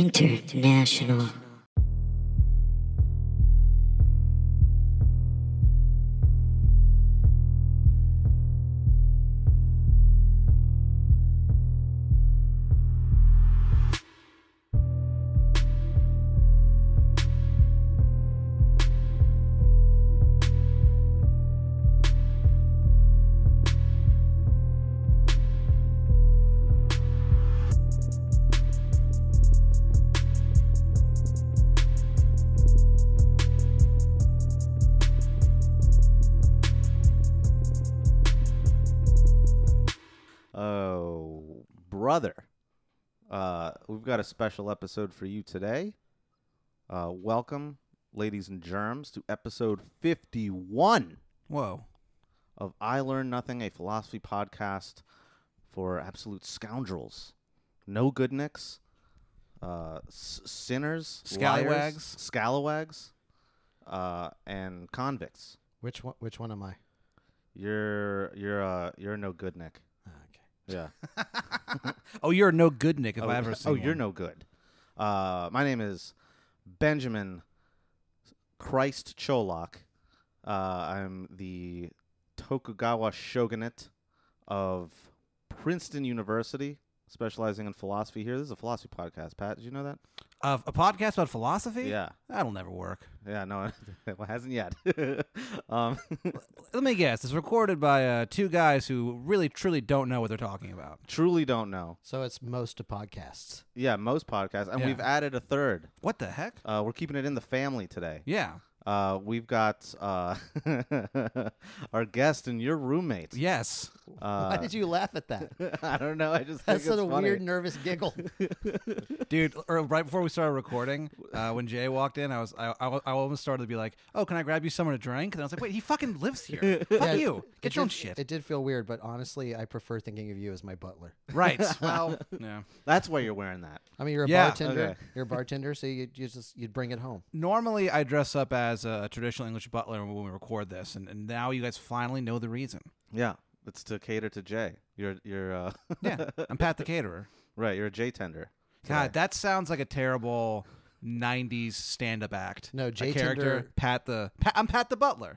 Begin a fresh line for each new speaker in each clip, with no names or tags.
International.
Oh, brother. Uh, we've got a special episode for you today. Uh, welcome, ladies and germs, to episode 51
Whoa.
of I Learn Nothing, a philosophy podcast for absolute scoundrels, no goodniks, uh, s- sinners,
Scalawags.
liars, scalawags, uh, and convicts.
Which one? Which one am I?
You're you're uh, you're no good, Nick.
Ah, Okay.
Yeah.
Oh, you're a no good Nick if
oh,
I ever
oh,
seen
you're
one.
no good. Uh, my name is Benjamin Christ Cholok. Uh, I'm the Tokugawa shogunate of Princeton University, specializing in philosophy here. This is a philosophy podcast, Pat. Did you know that?
Uh, a podcast about philosophy?
Yeah.
That'll never work.
Yeah, no, it hasn't yet. um,
Let me guess. It's recorded by uh, two guys who really, truly don't know what they're talking about.
truly don't know.
So it's most of podcasts.
Yeah, most podcasts. And
Yeah.
we've added a third.
What the heck?
Uh, we're keeping it in the family today.
Yeah.
Uh, we've got uh, our guest and your roommate.
Yes.
Uh,
Why did you laugh at that?
I don't know. I just
That's
think
sort
it's
of
funny.
weird, nervous giggle.
Dude, or right before we started recording, uh, when Jay walked in, I was I, I, I almost started to be like, "Oh, can I grab you someone to drink?" And I was like, "Wait, he fucking lives here. Fuck
Yeah,
you.
it
Get your own
did-
shit."
It did feel weird, but honestly, I prefer thinking of you as my butler.
right. Well, yeah.
That's why you're wearing that.
I mean, you're a
Yeah,
bartender.
okay.
You're a bartender, so you, you just you'd bring it home.
Normally, I dress up as a traditional English butler when we record this, and, and now you guys finally know the reason.
Yeah, it's to cater to Jay. You're you're uh,
Yeah, I'm Pat the caterer.
right. You're a Jay tender.
God, that sounds like a terrible '90s stand-up act.
No,
A
Jay Tinder-
character Pat the Pat, I'm Pat the butler.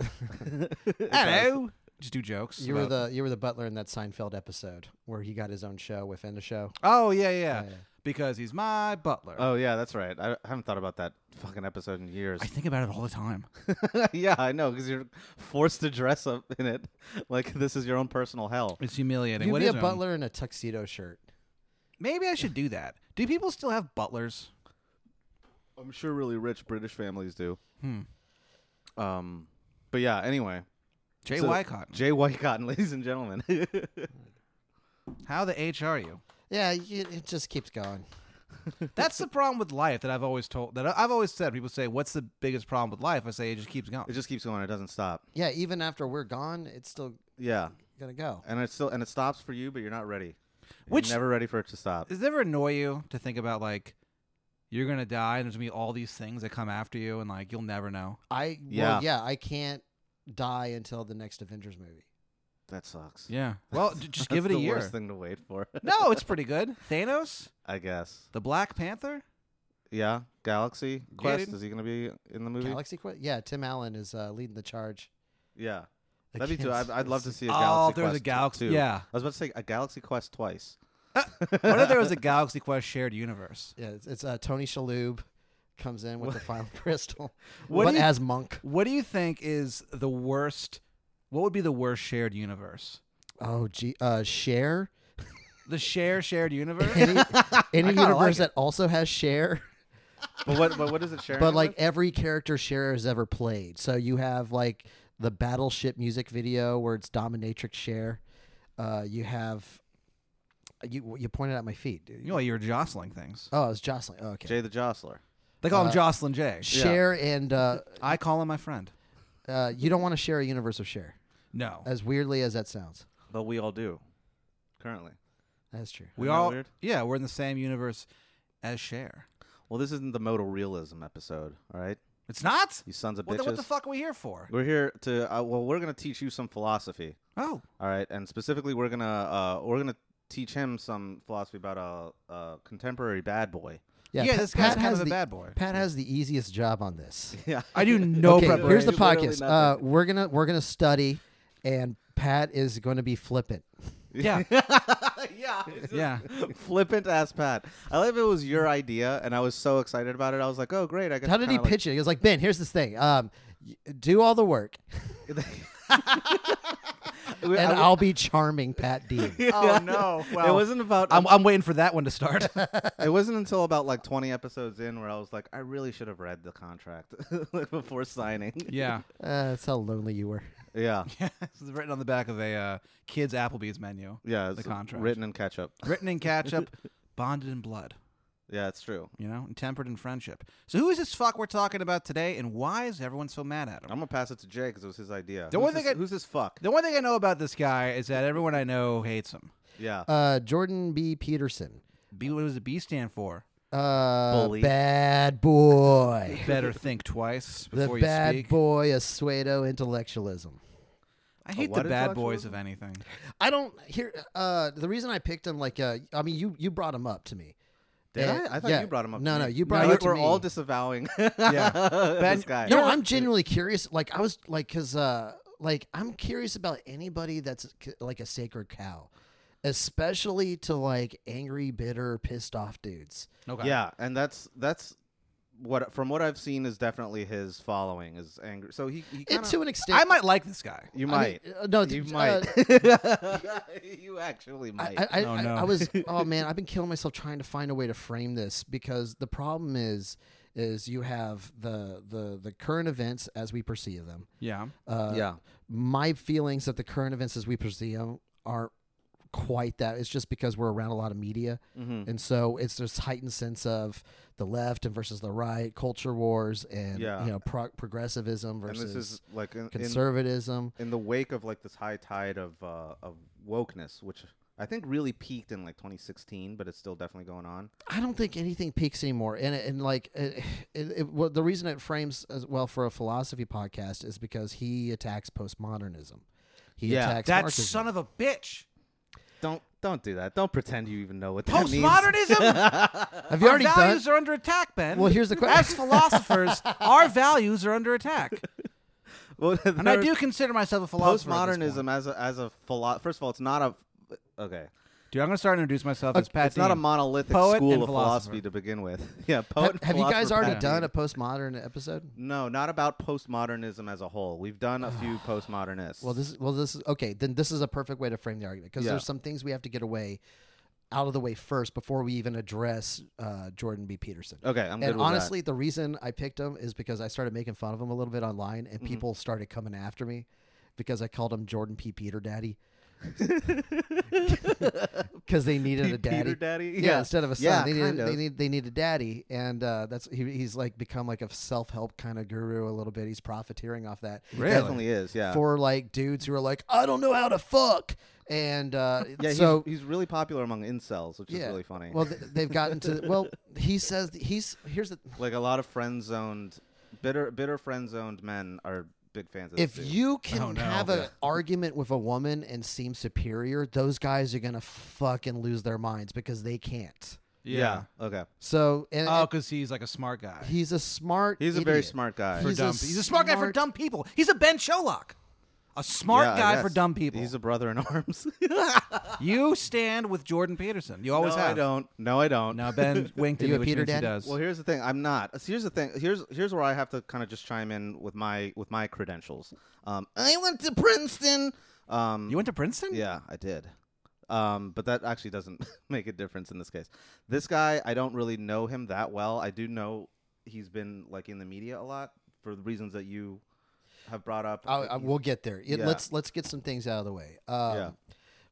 Hello, just do jokes.
You were
about-
the you were the butler in that Seinfeld episode where he got his own show within a show.
oh yeah, yeah,
Yeah, yeah.
because he's my butler.
Oh yeah, that's right. I I haven't thought about that fucking episode in years.
I think about it all the time.
yeah, I know because you're forced to dress up in it like this is your own personal hell.
It's humiliating.
You'd
What
be
is
a
wrong?
butler in a tuxedo shirt.
Maybe I should do that. Do people still have butlers?
I'm sure really rich British families do.
Hmm.
Um, but yeah. Anyway,
Jay
So-
Wycott,
Jay Whitecotton, ladies and gentlemen.
how the H are you?
Yeah, you, it just keeps going.
That's the problem with life that I've always told that I've always said. People say, "What's the biggest problem with life?" I say, "It just keeps going."
it just keeps going. It doesn't stop.
Yeah, even after we're gone, it's still
Yeah,
gonna go.
and it's still and it stops for you, but you're not ready. You're
Which-
never ready for it to stop.
Does it ever annoy you to think about like you're gonna die and there's gonna be all these things that come after you and like you'll never know?
I
Yeah.
well, yeah, I can't die until the next Avengers movie.
That sucks.
Yeah. Well, d- just
That's
give it a
the
year.
Worst thing to wait for,
No, it's pretty good. Thanos,
I guess.
the Black Panther.
Yeah, Galaxy Quest.
dude.
Is he gonna be in the movie?
Galaxy Quest? Yeah, Tim Allen is uh, leading the charge.
yeah, that'd be too. I'd,
against-
I'd love to see a
Oh,
Galaxy.
there's a
Quest
Galaxy-
Two.
yeah.
I was about to say a Galaxy Quest twice.
What if there was a Galaxy Quest shared universe?
Yeah, it's, it's uh, Tony Shalhoub comes in with the final crystal,
What
but
do you-
as monk.
What do you think is the worst? What would be the worst shared universe?
Oh, gee, uh, share
The share shared universe.
any, any
kinda
universe
like it.
that also has share,
But what? But what is it sharing?
but
it
like
with?
every character share has ever played. So you have like the battleship music video where it's dominatrix share. Uh, you have you you pointed out my feet. dude.
you know, you're jostling things.
Oh, it's Jocelyn. Oh, okay.
Jay the Jostler.
They call him
Uh,
Jocelyn J.
Share and uh,
I call him my friend.
uh, you don't want to share a universe of share.
No,
As weirdly as that sounds,
But we all do, currently.
that's true.
we
Isn't that
all
weird?
yeah, we're in the same universe as share.
Well, this isn't the modal realism episode. All right,
It's not.
you sons of
Well,
bitches.
then what the fuck are we here for?
We're here to. Uh, well, we're gonna teach you some philosophy.
Oh,
All right, and specifically, we're gonna uh, we're gonna teach him some philosophy about a, a contemporary bad boy.
Yeah,
Yeah,
Pa-
this guy's
Pat
kind
has
of a
the-
bad boy.
Pat has the easiest job on this.
Yeah.
I do no
okay,
preparation.
here's the
Literally
podcast. Uh,
nothing.
we're gonna we're gonna study, and Pat is going to be flippant.
yeah,
yeah. it's just
yeah.
Flippant ass Pat. I love it was your idea, and I was so excited about it. I was like, oh great, I got.
How did he pitch it? He was like, Ben, here's this thing. Um, y- do all the work,
And
and I'll be charming, Pat Dean.
Oh no!
it wasn't about.
I'm, I'm waiting for that one to start.
it wasn't until about like 20 episodes in where I was like, I really should have read the contract like before signing.
yeah,
Uh, that's how lonely you were.
Yeah.
yeah. This is written on the back of a uh, kids Applebee's menu.
Yeah.
The
it's
contract.
Written in ketchup.
Written in ketchup, bonded in blood.
Yeah, it's true.
You know, and tempered in friendship. So who is this fuck we're talking about today, and why is everyone so mad at him?
I'm going to pass it to Jay because it was his idea.
The
who's,
one thing
this,
I-
who's this fuck?
The one thing I know about this guy is that everyone I know hates him.
yeah.
Uh, Jordan B. Peterson,
B, what does the B stand for?
uh,
Bully.
bad boy,
Better think twice
the
before you
bad
speak.
boy, Asueto intellectualism.
I hate the
what
bad boys
intellectualism?
of anything.
I don't here. Uh, the reason I picked him, like, uh, I mean, you you brought him up to me.
Did
Uh,
I? I thought
yeah.
you brought him up.
No,
to
no,
me.
you
No,
brought
we're-
it to
We're
me.
all disavowing this guy.
No, I'm genuinely curious. Like, I was like, cause uh, like I'm curious about anybody that's c- like a sacred cow, especially to like angry, bitter, pissed off dudes.
Okay.
Yeah, and that's that's what from what I've seen is definitely his following is angry. So he, he
It
kinda,
to an extent.
I might like this guy.
you
I mean,
might
uh, no,
you
th- uh,
might you actually might.
I, I,
Oh,
I,
no.
I was oh man, I've been killing myself trying to find a way to frame this because the problem is is you have the the the current events as we perceive them.
Yeah.
Uh,
yeah,
my feelings that the current events as we perceive them aren't quite that. It's just because we're around a lot of media,
hmm
and so it's this heightened sense of the left and versus the right, culture wars, and
Yeah.
you know pro- progressivism
and
versus
this is like in, in,
conservatism.
in the wake of like this high tide of uh, of wokeness, which I think really peaked in like 2016, but it's still definitely going on.
I don't think anything peaks anymore, and it- and like it, it, it, well, the reason it frames as well for a philosophy podcast is because he attacks postmodernism. He
Yeah.
attacks
That
Marxism.
son of a bitch.
Don't don't do that. Don't pretend you even know what that means.
Postmodernism.
Have you
our
already done?
values are under attack, Ben.
Well, here's the que-
As philosophers, our values are under attack,
Well,
and I
there's-
do consider myself a philosopher. at this point.
postmodernism as a as a philo- first of all, it's not a okay.
Dude, I'm gonna start to introduce myself
Uh,
as Pat.
it's not a
Dean.
monolithic
Poet
school
and
of philosophy
philosopher.
to begin with. yeah,
Ha-
poet. and
have you guys
philosopher
already
Pat
done
Dean.
a postmodern episode?
No, not about postmodernism as a whole. We've done a few postmodernists.
Well, this is well, this is okay. Then this is a perfect way to frame the argument because
Yeah.
there's some things we have to get away out of the way first before we even address uh, Jordan B. Peterson.
okay, I'm good
and
with
honestly, the reason I picked him is because I started making fun of him a little bit online,
Mm-hmm.
and people started coming after me because I called him Jordan P. Peter Daddy because they
that.
needed
Pe-
a daddy.
Peter Daddy.
Yeah, instead of a son,
Yeah,
they, needed,
kind
they
of.
need they need a daddy, and uh, that's he, he's like become like a self help kind of guru a little bit. He's profiteering off that
Really?
Definitely is. Yeah.
for like dudes who are like, I don't know how to fuck, and uh,
yeah. He's,
so
he's really popular among incels, which
yeah.
is really funny.
Well, th- they've gotten to well. He says th- he's here's the
like a lot of friend zoned, bitter, bitter friend zoned men are big fans of
if
this dude.
you can
Oh, no.
have an
Yeah.
argument with a woman and seem superior, those guys are gonna fucking lose their minds because they can't.
yeah. Okay.
So and,
Oh, because he's like a smart guy.
and he's a smart.
He's a very
idiot.
smart guy.
for
He's a
dumb. pe- he's a smart guy for
smart-
dumb people. He's a Ben Cholock, a smart
Yeah, I
guy for
guess.
dumb people.
He's a brother in arms.
you stand with Jordan Peterson. You always
no,
have.
I don't. No, I don't.
Now Ben winked
Are
at
you
me,
a
which
Peter
means he
Daddy?
does.
Well, here's the thing. I'm not. See, here's the thing. Here's here's where I have to kind of just chime in with my with my credentials. Um, I went to Princeton. Um,
you went to Princeton?
yeah, I did. Um, but that actually doesn't make a difference in this case. This guy, I don't really know him that well. I do know he's been like in the media a lot for the reasons that you have brought up.
I,
Like,
I,
he's-
we'll get there. It-
Yeah.
Let's let's get some things out of the way. Um,
Yeah.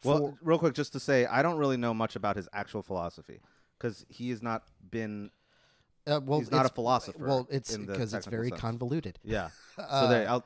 for-
Well, real quick, just to say, I don't really know much about his actual philosophy because he has not been.
uh, well,
he's not
it's-
a philosopher
Well, it's
in the
because it's
technical
very
sense.
convoluted.
Yeah.
Uh,
so there, I'll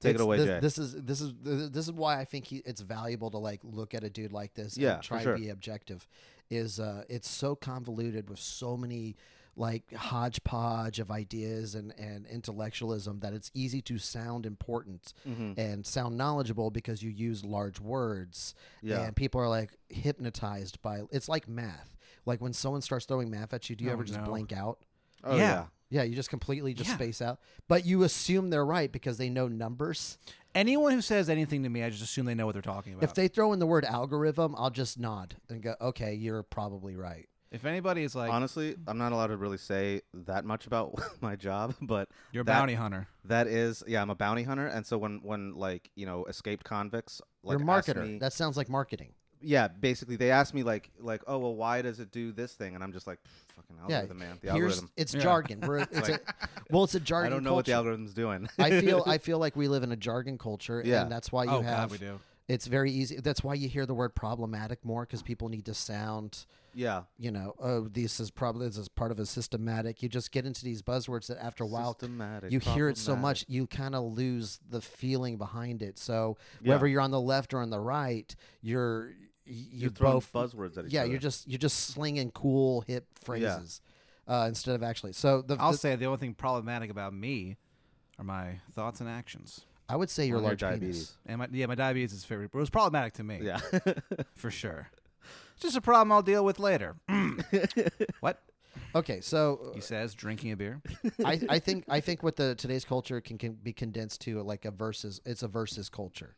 take it
It's-
away,
this,
Jay.
This is this is this is why I think he, it's valuable to like look at a dude like this
Yeah,
and
for
try
sure.
to be objective. Is uh, it's so convoluted with so many like hodgepodge of ideas and and intellectualism that it's easy to sound important
Mhm.
and sound knowledgeable because you use large words
Yeah.
and people are like hypnotized by it's like math. Like when someone starts throwing math at you, do you
Oh,
ever just
no.
blank out?
Oh,
Yeah.
yeah.
Yeah, you just completely just
Yeah.
space out. But you assume they're right because they know numbers.
Anyone who says anything to me, I just assume they know what they're talking about.
If they throw in the word algorithm, I'll just nod and go, "Okay, you're probably right."
if anybody is like,
Honestly, I'm not allowed to really say that much about my job, but
you're a
that-
bounty hunter.
That is, yeah, I'm a bounty hunter, and so when when like you know escaped convicts, like
you're a
ask
marketer.
me-
That sounds like marketing.
yeah, basically they asked me like like oh well why does it do this thing, and I'm just like "Pff, fucking algorithm man, the
Here's
algorithm.
it's
Yeah.
jargon. We're, it's a, well, it's a jargon.
I don't know what the
culture.
algorithm's doing.
I feel I feel like we live in a jargon culture,
Yeah.
and that's why you
Oh
have.
God, we do.
It's very easy. That's why you hear the word problematic more because people need to sound.
yeah,
You know, oh, this is probably this is part of a systematic. You just get into these buzzwords that after a while
Systematic,
you hear it so
problematic.
much you kind of lose the feeling behind it so
Yeah.
whether you're on the left or on the right you're you
You're
are
throwing
both
buzzwords at each
yeah
other.
you're just you're just slinging cool hip phrases uh, instead of actually so the,
I'll
the-
say the only thing problematic about me are my thoughts and actions.
i would say your
On your
large penis
diabetes.
And my yeah, my diabetes is favorite, but it was problematic to me.
yeah.
for sure. It's just a problem I'll deal with later. Mm. what
okay so
he says, drinking a beer.
I, I think i think what the today's culture can, can be condensed to like a versus it's a versus culture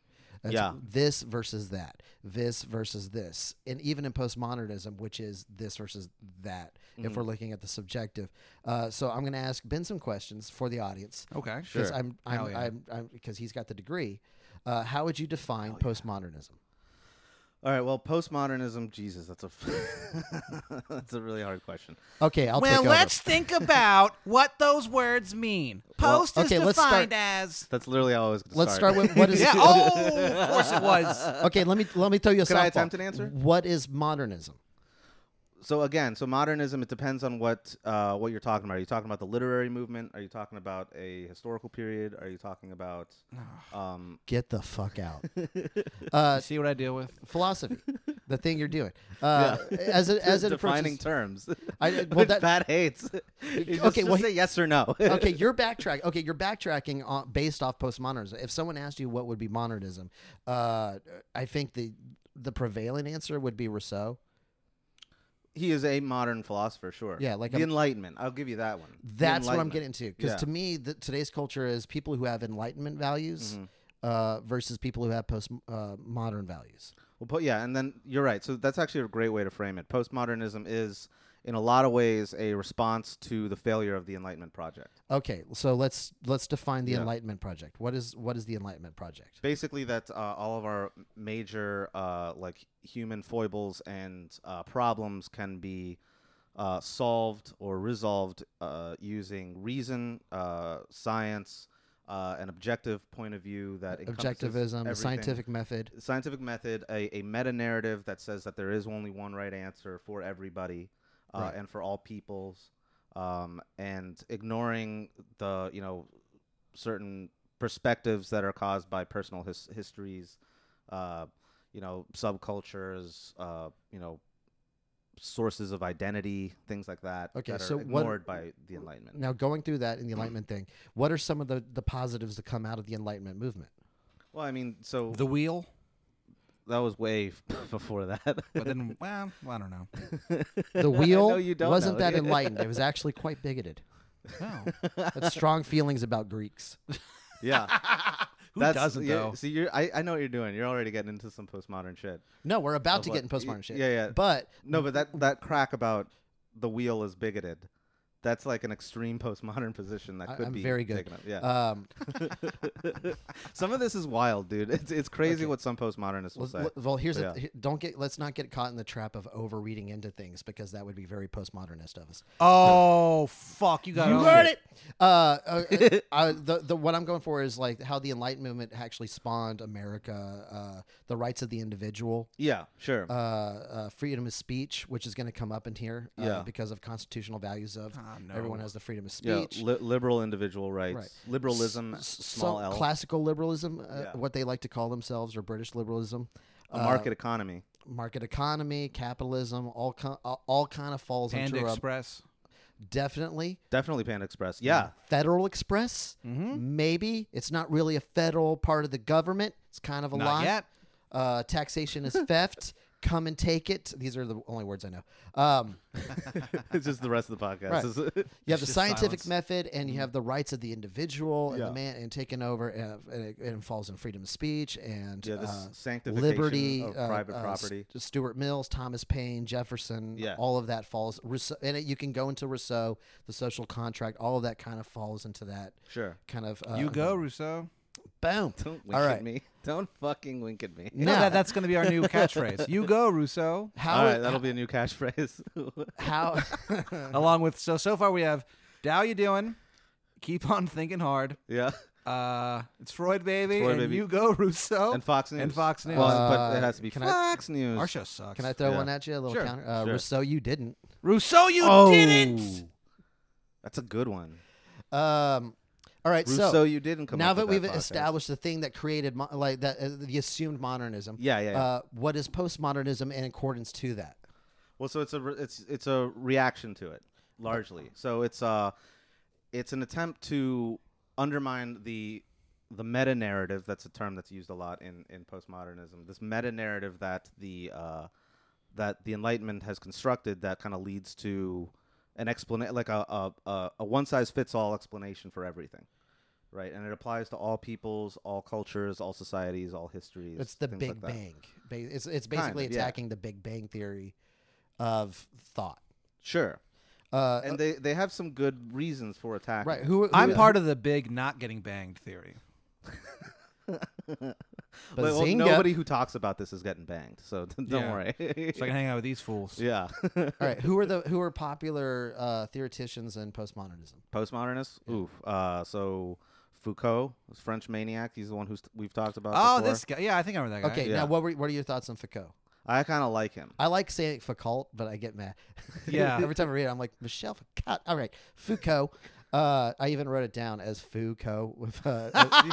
It's
Yeah.
this versus that this versus this and even in postmodernism which is this versus that
Mm-hmm.
if we're looking at the subjective uh, so i'm going to ask ben some questions for the audience
Okay,
because
Sure.
i'm i'm
Hell yeah.
i'm I'm- because he's got the degree uh, how would you define postmodernism
All right. Well, postmodernism. Jesus, that's a f- that's a really hard question.
okay i'll take
well,
over.
let's think about what those words mean.
Well,
Post
okay,
is
let's
defined
start-
as.
That's literally how I was. Gonna
let's start with what is
Yeah. Oh, of course it was.
okay let me let me throw you a
Oh. Can I
softball.
attempt an answer?
what is modernism
so again, so modernism. It depends on what uh, what you're talking about. Are you talking about the literary movement? Are you talking about a historical period? Are you talking about um,
get the fuck out uh,
See what I deal with?
philosophy, the thing you're doing. Uh, As it as it
defining
approaches,
terms?
I- well,
which
that-
Pat hates. okay, just,
well,
just say yes or no.
okay, you're backtrack. Okay, you're backtracking on, based off postmodernism. If someone asked you what would be modernism, uh, I think the the prevailing answer would be Rousseau.
he is a modern philosopher, sure.
Yeah, like
the
I'm-
Enlightenment. I'll give you that one. The
That's what I'm
Enlightenment.
getting to. Because
Yeah.
to me, the, today's culture is people who have enlightenment values
Mm-hmm.
uh, versus people who have post uh, modern values.
Well, po- yeah, and then you're right. So that's actually a great way to frame it. Postmodernism is, in a lot of ways, a response to the failure of the Enlightenment project.
Okay, so let's let's define the
Yeah.
Enlightenment project. What is what is the Enlightenment project?
Basically, that uh, all of our major uh, like human foibles and uh, problems can be uh, solved or resolved uh, using reason, uh, science, uh, an objective point of view that encompasses
Objectivism, the
everything.
scientific method.
scientific method, a, a meta narrative that says that there is only one right answer for everybody uh,
Right.
and for all peoples, um, and ignoring the you know certain perspectives that are caused by personal his- histories, uh, you know subcultures, uh, you know sources of identity, things like that.
Okay,
that are
so what-
ignored by the Enlightenment.
Now, going through that in the Enlightenment thing, what are some of the, the positives that come out of the Enlightenment movement?
Well, I mean, so
The wheel.
that was way before that.
But then, well, I don't know.
I
The wheel
know you don't
wasn't
know.
that enlightened. It was actually quite bigoted.
Well,
That's strong feelings about Greeks.
yeah.
who
That's,
doesn't
yeah,
though?
See, you're. I, I know what you're doing. You're already getting into some postmodern shit.
No, we're about
Of
to
what-
get in postmodern
Oh, y-
shit.
yeah, yeah.
But
No, but that that crack about the wheel is bigoted. That's like an extreme postmodern position that
I-
could
I'm
be
very good.
Taken up. Yeah.
um,
some of this is wild, dude. It's it's crazy
Okay.
what some postmodernists will
well,
say.
well, well, here's
But
the th- don't get let's not get caught in the trap of overreading into things because that would be very postmodernist of us.
Oh fuck! You got
You
owned.
heard it. Uh, uh, uh, I, the, the what I'm going for is like how the Enlightenment movement actually spawned America, uh, the rights of the individual.
Yeah, sure.
uh, uh, freedom of speech, which is going to come up in here uh,
Yeah.
because of constitutional values of
Ah, no.
everyone has the freedom of
yeah,
speech.
li- liberal individual rights, liberalism,
S-
small
so
l,
classical liberalism, uh,
Yeah.
what they like to call themselves, or British liberalism,
a
uh,
market economy.
market economy, capitalism, all ki- uh, all kind of falls
Panda
into a
Express.
definitely
Definitely Panda Express. Yeah,
Federal Express.
Mm-hmm.
Maybe it's not really a federal part of the government. It's kind of a
Not
lie.
yet.
Uh, taxation is theft. Come and take it. These are the only words I know. Um,
it's just the rest of the podcast.
you have
It's
the
just
scientific
silence.
method, and you have the rights of the individual
Mm-hmm.
and
Yeah.
the man, and taken over, and, and it, and it falls in freedom of speech and
yeah, this
uh,
sanctification
liberty,
of
uh,
private
uh, S-
property.
Stuart Mills, Thomas Paine, Jefferson,
Yeah.
all of that falls. Rousseau, and it, you can go into Rousseau, the social contract, all of that kind of falls into that
Sure.
kind of. Uh,
you go, Rousseau.
Boom.
Don't wink
All
at
right.
me. Don't fucking wink at me.
No,
Now-
that, that's going to be our new catchphrase. You go, Rousseau.
How?
All right, that'll be a new catchphrase.
how?
Along with so so far we have Dow. You doing? Keep on thinking hard.
yeah,
Uh, it's Freud, baby.
Freud,
and
baby.
you go, Rousseau.
and Fox News.
And Fox News.
Well, but it
Uh,
has to be
can I-
Fox News.
our show sucks.
can I throw
Yeah.
one at you? A little
Sure.
counter. Uh,
Sure.
Rousseau, you didn't.
Rousseau, you
Oh.
Oh.
didn't.
That's a good one.
Um, all right.
Rousseau,
so
you didn't come.
now
up
that
with
we've
that podcast.
established the thing that created mo- like that uh, the assumed modernism
Yeah, yeah. yeah.
uh, what is postmodernism in accordance to that
well, so it's a re- it's it's a reaction to it largely. So it's uh it's an attempt to undermine the the meta narrative. That's a term that's used a lot in in postmodernism. This meta narrative that the uh, that the Enlightenment has constructed that kind of leads to an explanation, like a a, a, a one size fits all explanation for everything. Right, and it applies to all peoples, all cultures, all societies, all histories.
it's the
things
big
like that.
bang Ba- it's, it's
Kind
basically
of, yeah.
attacking the big bang theory of thought
Sure,
uh,
and they they have some good reasons for attacking.
right
it.
who, who
I'm part of the big not getting banged theory.
Like, well,
Bazinga.
nobody who talks about this is getting banged, so don't
Yeah.
worry.
So I can hang out with these fools.
yeah,
all right who are the who are popular uh, theoreticians in postmodernism
postmodernists. Oof. Uh, so Foucault, this French maniac. He's the one who's we've talked about.
Oh,
before.
this guy. Yeah, I think I remember that guy.
okay
Yeah.
now what were what are your thoughts on foucault
I kind of like him.
I like saying Foucault, but I get mad.
Yeah.
Every time I read it, I'm like, Michelle Foucault. All right. Foucault. Uh, I even wrote it down as Foucault with, uh,
Oh,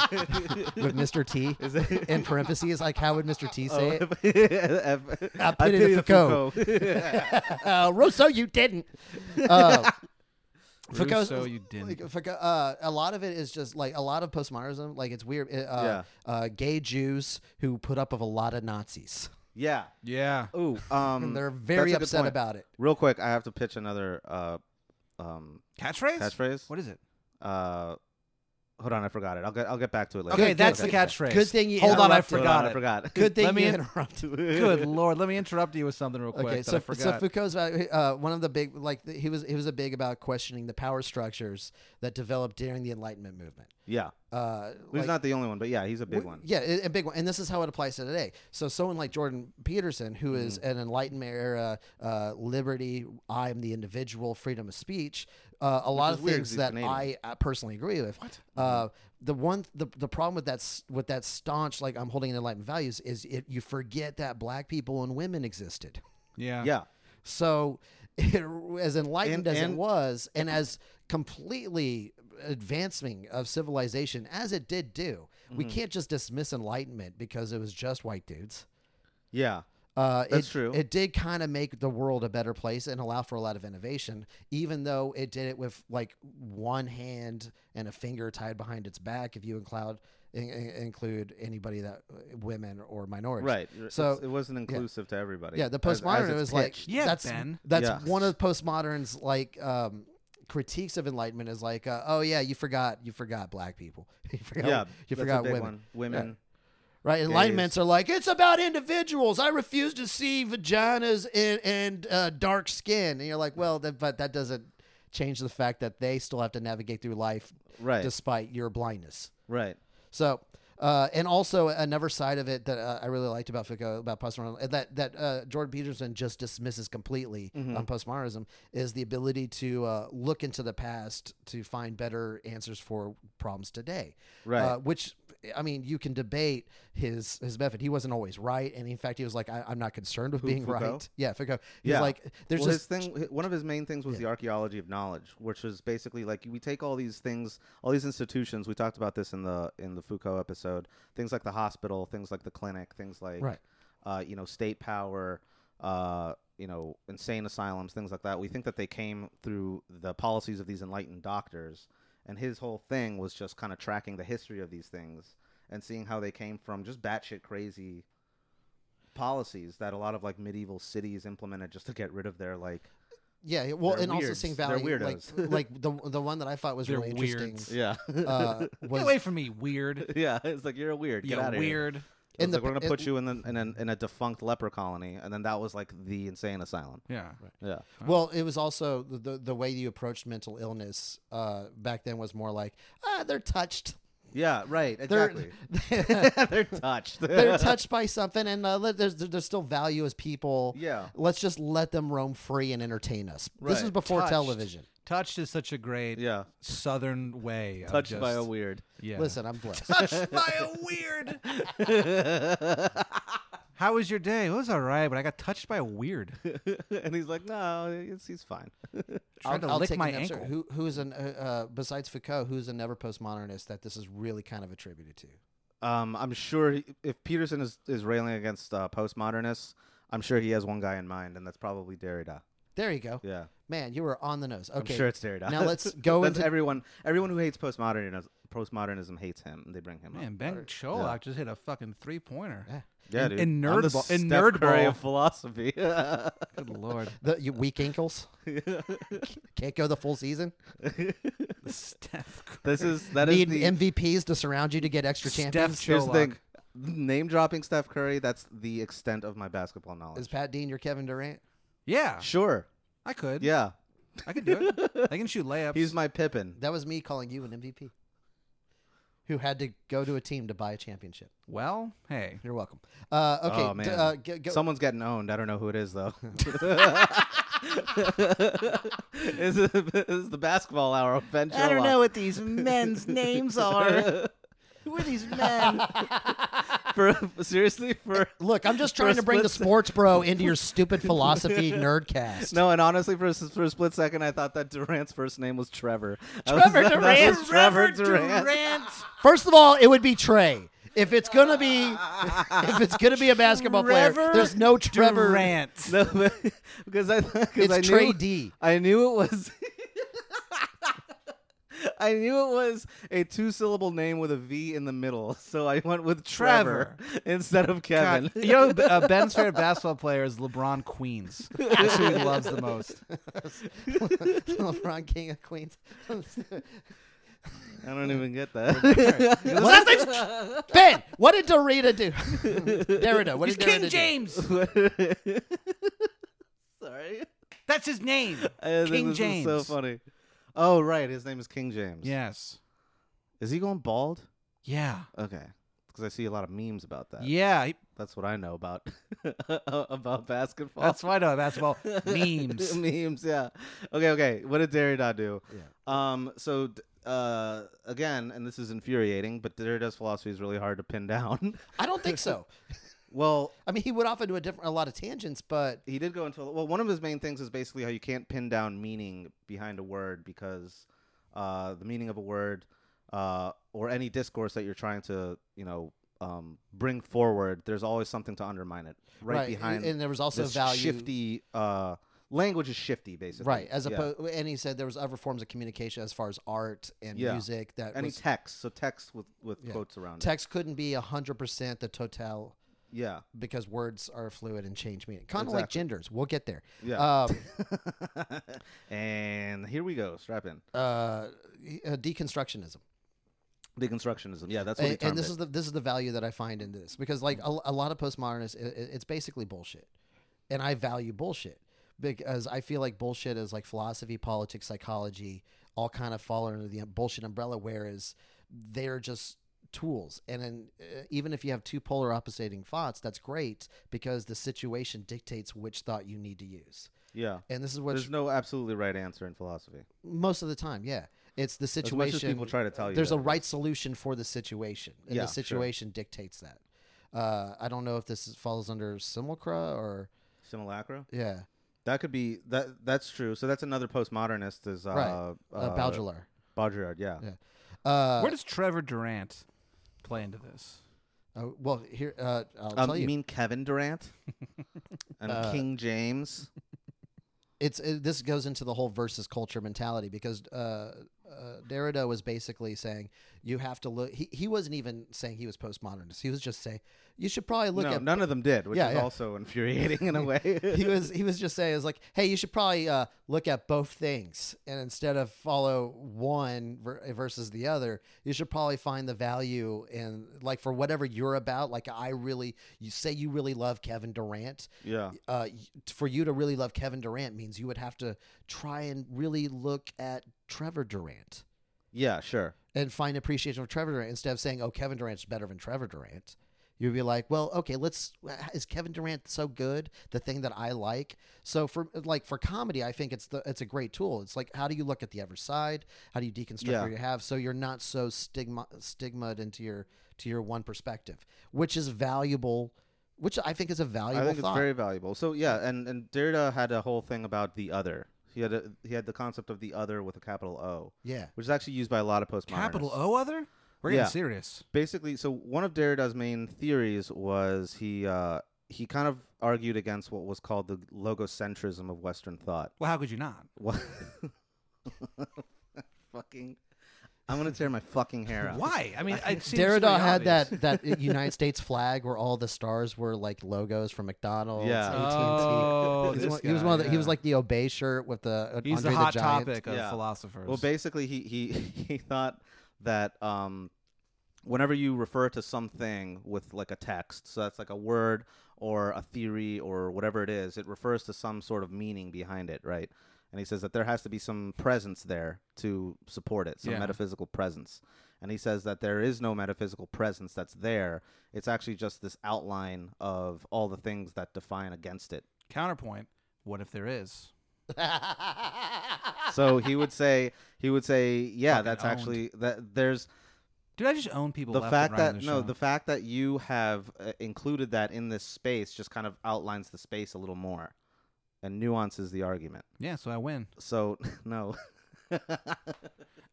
with Mr. T
Is it?
in parentheses. Like, how would Mr. T
Oh,
say it?
F-
I put
I
it in
pity the
Foucault. uh, Rousseau, you didn't. Uh, Foucault's-
Rousseau, you didn't.
like, Foucault, uh, a lot of it is just like a lot of postmodernism. Like, it's weird. It, uh, uh, gay Jews who put up with a lot of Nazis.
yeah.
yeah.
Ooh. Um.
And they're
that's
very
a good
upset
point.
about it.
Real quick, I have to pitch another uh, um,
Catchphrase?
catchphrase.
What is it?
Uh, hold on, I forgot it. I'll get I'll get back to it later.
Okay,
good,
that's
good.
the catchphrase.
Good thing you
Hold on, I
interrupted.
Hold
forgot
on,
it.
I forgot.
Good thing
Let me
you
in-
interrupted.
Good lord, let me interrupt you with something real quick
Okay,
that
so,
I
so
forgot.
Foucault's about, uh, one of the big like the- he was he was a big about questioning the power structures that developed during the Enlighhtment movement.
Yeah.
Uh,
He's
like-
not the only one, but yeah, he's a big
w-
one.
Yeah, a, a big one, and this is how it applies to today. So someone like Jordan Peterson, who is
Mm.
an Enlightenment era uh, liberty, I am the individual, freedom of speech, uh, a lot
is
of
weird 'cause
things
he's
that
Canadian.
I uh, personally agree with. Uh, the one the, the problem with that s- with that staunch like I'm holding Enlightenment values is it you forget that black people and women existed.
yeah.
Yeah.
So, it, as enlightened
And-
as
and-
it was, and as completely advancing of civilization as it did do, we
Mm-hmm.
can't just dismiss enlightenment because it was just white dudes.
Yeah.
Uh,
That's
it,
true.
It did kind of make the world a better place and allow for a lot of innovation, even though it did it with like one hand and a finger tied behind its back. If you include in, in- include anybody that women or minorities,
Right.
So-
So it wasn't inclusive to everybody.
Yeah, the
as- as
postmodern
it's
was like
pitched.
Yeah,
that's
Ben.
that's
Yeah.
one of postmodern's like um, critiques of enlightenment is like uh, oh yeah you forgot you forgot black people you forgot
yeah,
you
that's a
forgot
big
women
one. Women.
right enlightenments are like it's about individuals I refuse to see vaginas and, and uh, dark skin and you're like well that, but that doesn't change the fact that they still have to navigate through life
Right.
despite your blindness
Right.
so, uh, and also another side of it that uh, I really liked about Foucault, about postmodernism, that that uh, Jordan Peterson just dismisses completely
Mm-hmm.
on postmodernism is the ability to uh, look into the past to find better answers for problems today.
Right.
Uh, which, I mean, you can debate his his method. He wasn't always right, and in fact, he was like, I, "I'm not concerned with being
Foucault?
right." Yeah, Foucault. He's
Yeah.
like, "There's
well,
this."
his thing. hi- One of his main things was the archaeology of knowledge, which was basically like we take all these things, all these institutions. We talked about this in the in the Foucault episode. Things like the hospital, things like the clinic, things like
Right.
uh, you know state power, uh, you know insane asylums, things like that. We think that they came through the policies of these enlightened doctors, and his whole thing was just kind of tracking the history of these things and seeing how they came from just batshit crazy policies that a lot of like medieval cities implemented just to get rid of their like
yeah, well,
They're
and also
weirds.
seeing
They're
value, like
weirdos.
like the the one that I thought was
They're
really
weirds.
interesting.
yeah
Uh,
Get
was
away from me, weird.
yeah it's like you're weird get out of
Yeah,
here
weird.
It's
In
like
the
we're gonna
p-
put
it-
you in an, in, an, in a defunct leper colony and then that was like the insane asylum
Yeah.
yeah
Well, it was also the, the the way you approached mental illness uh, back then was more like ah, they're touched.
yeah right
They're
exactly they're touched
they're touched by something, and uh, let- there's there's still value as people.
Yeah.
let's just let them roam free and entertain us. This was
Right.
before
Touched.
television.
Touched is such a great
yeah
southern way. of
touched by a
just-
weird
Yeah.
Listen, I'm blessed.
touched by a weird. How was your day? It was all right, but I got touched by a weird.
and he's like no it's, he's fine
Tried to lick
take
my
an answer.
ankle.
Who who's an uh, uh, besides Foucault? Who's a never postmodernist that this is really kind of attributed to?
Um, I'm sure he, if Peterson is, is railing against uh, postmodernists, I'm sure he has one guy in mind, and that's probably Derrida.
There you go,
Yeah,
man. You were on the nose. Okay,
I'm sure it's Derrida.
now let's go
that's
into-
everyone. Everyone who hates postmodernism, postmodernism hates him. and They bring him
Man,
up.
Ben Cholak just hit a fucking three pointer.
Yeah.
Yeah,
in-
dude.
in
I'm the
Nerd Ball- in
Steph
Nerd
Curry
Ball.
of philosophy.
Good lord.
the you, weak ankles. Can't go the full season.
Steph. Cur-
this is that is
Need
the
MVPs to surround you to get extra
Steph
champions.
here's the thing.
Cholak.
Name dropping Steph Curry. That's the extent of my basketball knowledge.
Is Pat Dean your Kevin Durant?
Yeah,
Sure.
I could.
Yeah.
I could do it. I can shoot layups.
He's my Pippin.
That was me calling you an MVP. Who had to go to a team to buy a championship?
well, hey.
You're welcome. Uh, okay,
Oh,
d-
man.
uh, g- go-
Someone's getting owned. I don't know who it is though. this, is, this is the basketball hour. of Ben Sherlock.
what these men's names are. Who are these men?
For, seriously, for
look, I'm just trying
a
to bring the
split
sports bro into your stupid philosophy nerdcast.
no, and honestly, for a, s- for a split second, I thought that Durant's first name was Trevor. I
Trevor
that
Durant?
was Trevor Durant.
First of all, it would be Trey. If it's gonna be, if it's gonna be a basketball player,
Trevor
there's no Trevor.
Durant.
No, but- because I because
It's
I
Trey
knew
D.
I knew it was. I knew it was a two-syllable name with a V in the middle, so I went with Trevor, instead of Kevin.
God, you know, uh, Ben's favorite basketball player is LeBron Queens. That's who he loves the most.
LeBron King of Queens.
I don't even get that.
Last name's- ben, what did Dorita do? Derrida. What
He's
did Dorita
King
do?
James.
Sorry.
That's his name.
Uh, this-
King
this
James.
is so funny. Oh right, his name is King James.
Yes.
Is he going bald?
Yeah.
Okay. Because I see a lot of memes about that.
Yeah. he-
That's what I know about about basketball.
That's why I know basketball memes.
Uh,
memes. Yeah. Okay. Okay. What did Derrida do? Yeah. Um. So. d- Uh, again, and this is infuriating, but Derrida's philosophy is really hard to pin down.
I don't think so.
well,
I mean, he went off into a different, a lot of tangents, but
he did go into a, well one of his main things is basically how you can't pin down meaning behind a word because uh, the meaning of a word uh, or any discourse that you're trying to you know um, bring forward there's always something to undermine it right,
right,
behind
and, and there was also
this
value.
shifty uh, language is shifty basically
Right, as
Yeah.
opposed, and he said there was other forms of communication as far as art and
Yeah.
music that
any
was,
text so text with with
Yeah.
quotes around it
text couldn't be hundred percent the total
yeah
because words are fluid and change meaning, kind of like
Exactly.
genders. We'll get there.
Yeah.
Um,
and here we go strap in
uh, he- uh, deconstructionism.
deconstructionism yeah that's what he
and,
termed
and this
it.
is the this is the value that I find in this because like a, a lot of postmodernists, i i- it's basically bullshit, and I value bullshit because I feel like bullshit is like philosophy, politics, psychology, all kind of fall under the bullshit umbrella. Whereas they're just tools, and then uh, even if you have two polar opposing thoughts, that's great because the situation dictates which thought you need to use.
yeah
And this is what
there's no absolutely right answer in philosophy
most of the time, yeah. It's the
as
situation.
much as people try to tell you
there's
that.
a right solution for the situation, and
Yeah,
the
sure.
situation dictates that. Uh, I don't know if this is, falls under simulacra or
simulacra
yeah,
That could be that. That's true. So that's another postmodernist is uh,
Right.
uh,
uh, Baudrillard.
Baudrillard, yeah.
Yeah. Uh,
Where does Trevor Durant play into this?
uh, well, here uh, I'll
Um,
tell
you
you,
mean Kevin Durant and
Uh,
King James?
it's it, this goes into the whole versus culture mentality because uh, uh, Derrida was basically saying you have to look. He, he wasn't even saying he was postmodernist. He was just saying you should probably look
no,
at
none of them did, which
Yeah,
is
yeah.
also infuriating in a way.
he was he was just saying it was like, hey, you should probably uh, look at both things, and instead of follow one ver- versus the other, you should probably find the value in like for whatever you're about. Like I really, you say you really love Kevin Durant.
yeah.
Uh, y- for you to really love Kevin Durant means you would have to try and really look at Trevor Durant
Yeah, sure.
and find appreciation of Trevor Durant instead of saying, "Oh, Kevin Durant's better than Trevor Durant." You'd be like, "Well, okay, let's uh, is Kevin Durant so good? The thing that I like." So for like for comedy, I think it's the it's a great tool. It's like how do you look at the other side? How do you deconstruct
Yeah.
what you have so you're not so stigma stigmaed into your to your one perspective, which is valuable, which I think is a valuable
I think
thought.
it's very valuable. So yeah, and and Derrida had a whole thing about the other. He had a, he had the concept of the other with a capital O,
yeah.
which is actually used by a lot of postmodernists.
Capital O other? We're getting
Yeah.
serious.
basically so one of Derrida's main theories was he uh, he kind of argued against what was called the logocentrism of Western thought.
Well, how could you not?
What? fucking, I'm gonna tear my fucking hair out.
Why? I mean, it seems pretty
Derrida had
obvious.
that that United States flag where all the stars were like logos from McDonald's,
Yeah.
AT&T.
Oh,
He's
this
one- he was
guy,
one of the, he
yeah.
was like the obey shirt with the uh,
He's
Andre
the hot
Giant.
topic of
Yeah.
philosophers.
Well, basically, he he he thought that um, whenever you refer to something with like a text, so that's like a word or a theory or whatever it is, it refers to some sort of meaning behind it, right? And he says that there has to be some presence there to support it, some
Yeah.
metaphysical presence. And he says that there is no metaphysical presence that's there. It's actually just this outline of all the things that define against it.
counterpoint. What if there is?
So he would say, he would say, yeah,
Fucking
that's
owned.
actually that. There's
Did I just own people?
the
left
fact
and right in
that
this
no
show?
the fact that you have uh, included that in this space just kind of outlines the space a little more and nuances the argument
yeah, so I win.
so no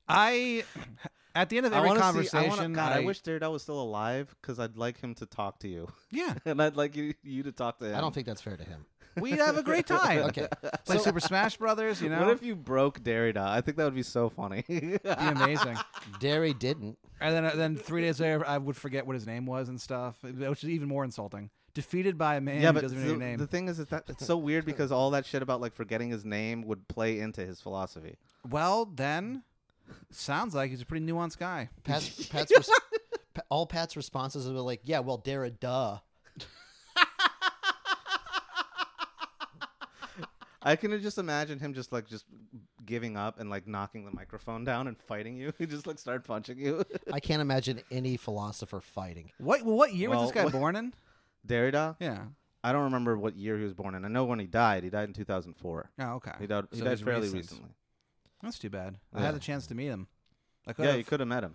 I at the end of
I
every
wanna see- I wanna-
conversation,
God,
I,
I, wish Derrida was still alive because I'd like him to talk to you,
yeah,
and I'd like you, you to talk to him.
I don't think that's fair to him.
we'd have a great time.
Okay.
play Super Smash Brothers. You know,
What if you broke Derrida? I think that would be so funny.
be amazing.
Derry didn't.
And then, then three days later, I would forget what his name was and stuff, which is even more insulting. Defeated by a man
yeah,
who
but
doesn't know your
the,
name.
the thing is, is that it's so weird because all that shit about like forgetting his name would play into his philosophy.
well, then, sounds like he's a pretty nuanced guy.
Pat's, Pat's res- Pa- all Pat's responses were like, "Yeah, well, Dara, duh."
I can just imagine him just like just giving up and like knocking the microphone down and fighting you. He just like start punching you.
I can't imagine any philosopher fighting.
What? Well, what year was this
Well,
guy born in?
Derrida.
Yeah.
I don't remember what year he was born in. I know when he died. He died in 2004.
Oh, okay.
He died. He
So
died
he's
fairly
recent.
recently.
That's too bad. I had
Yeah.
the chance to meet him. I could
Yeah, you could have met him.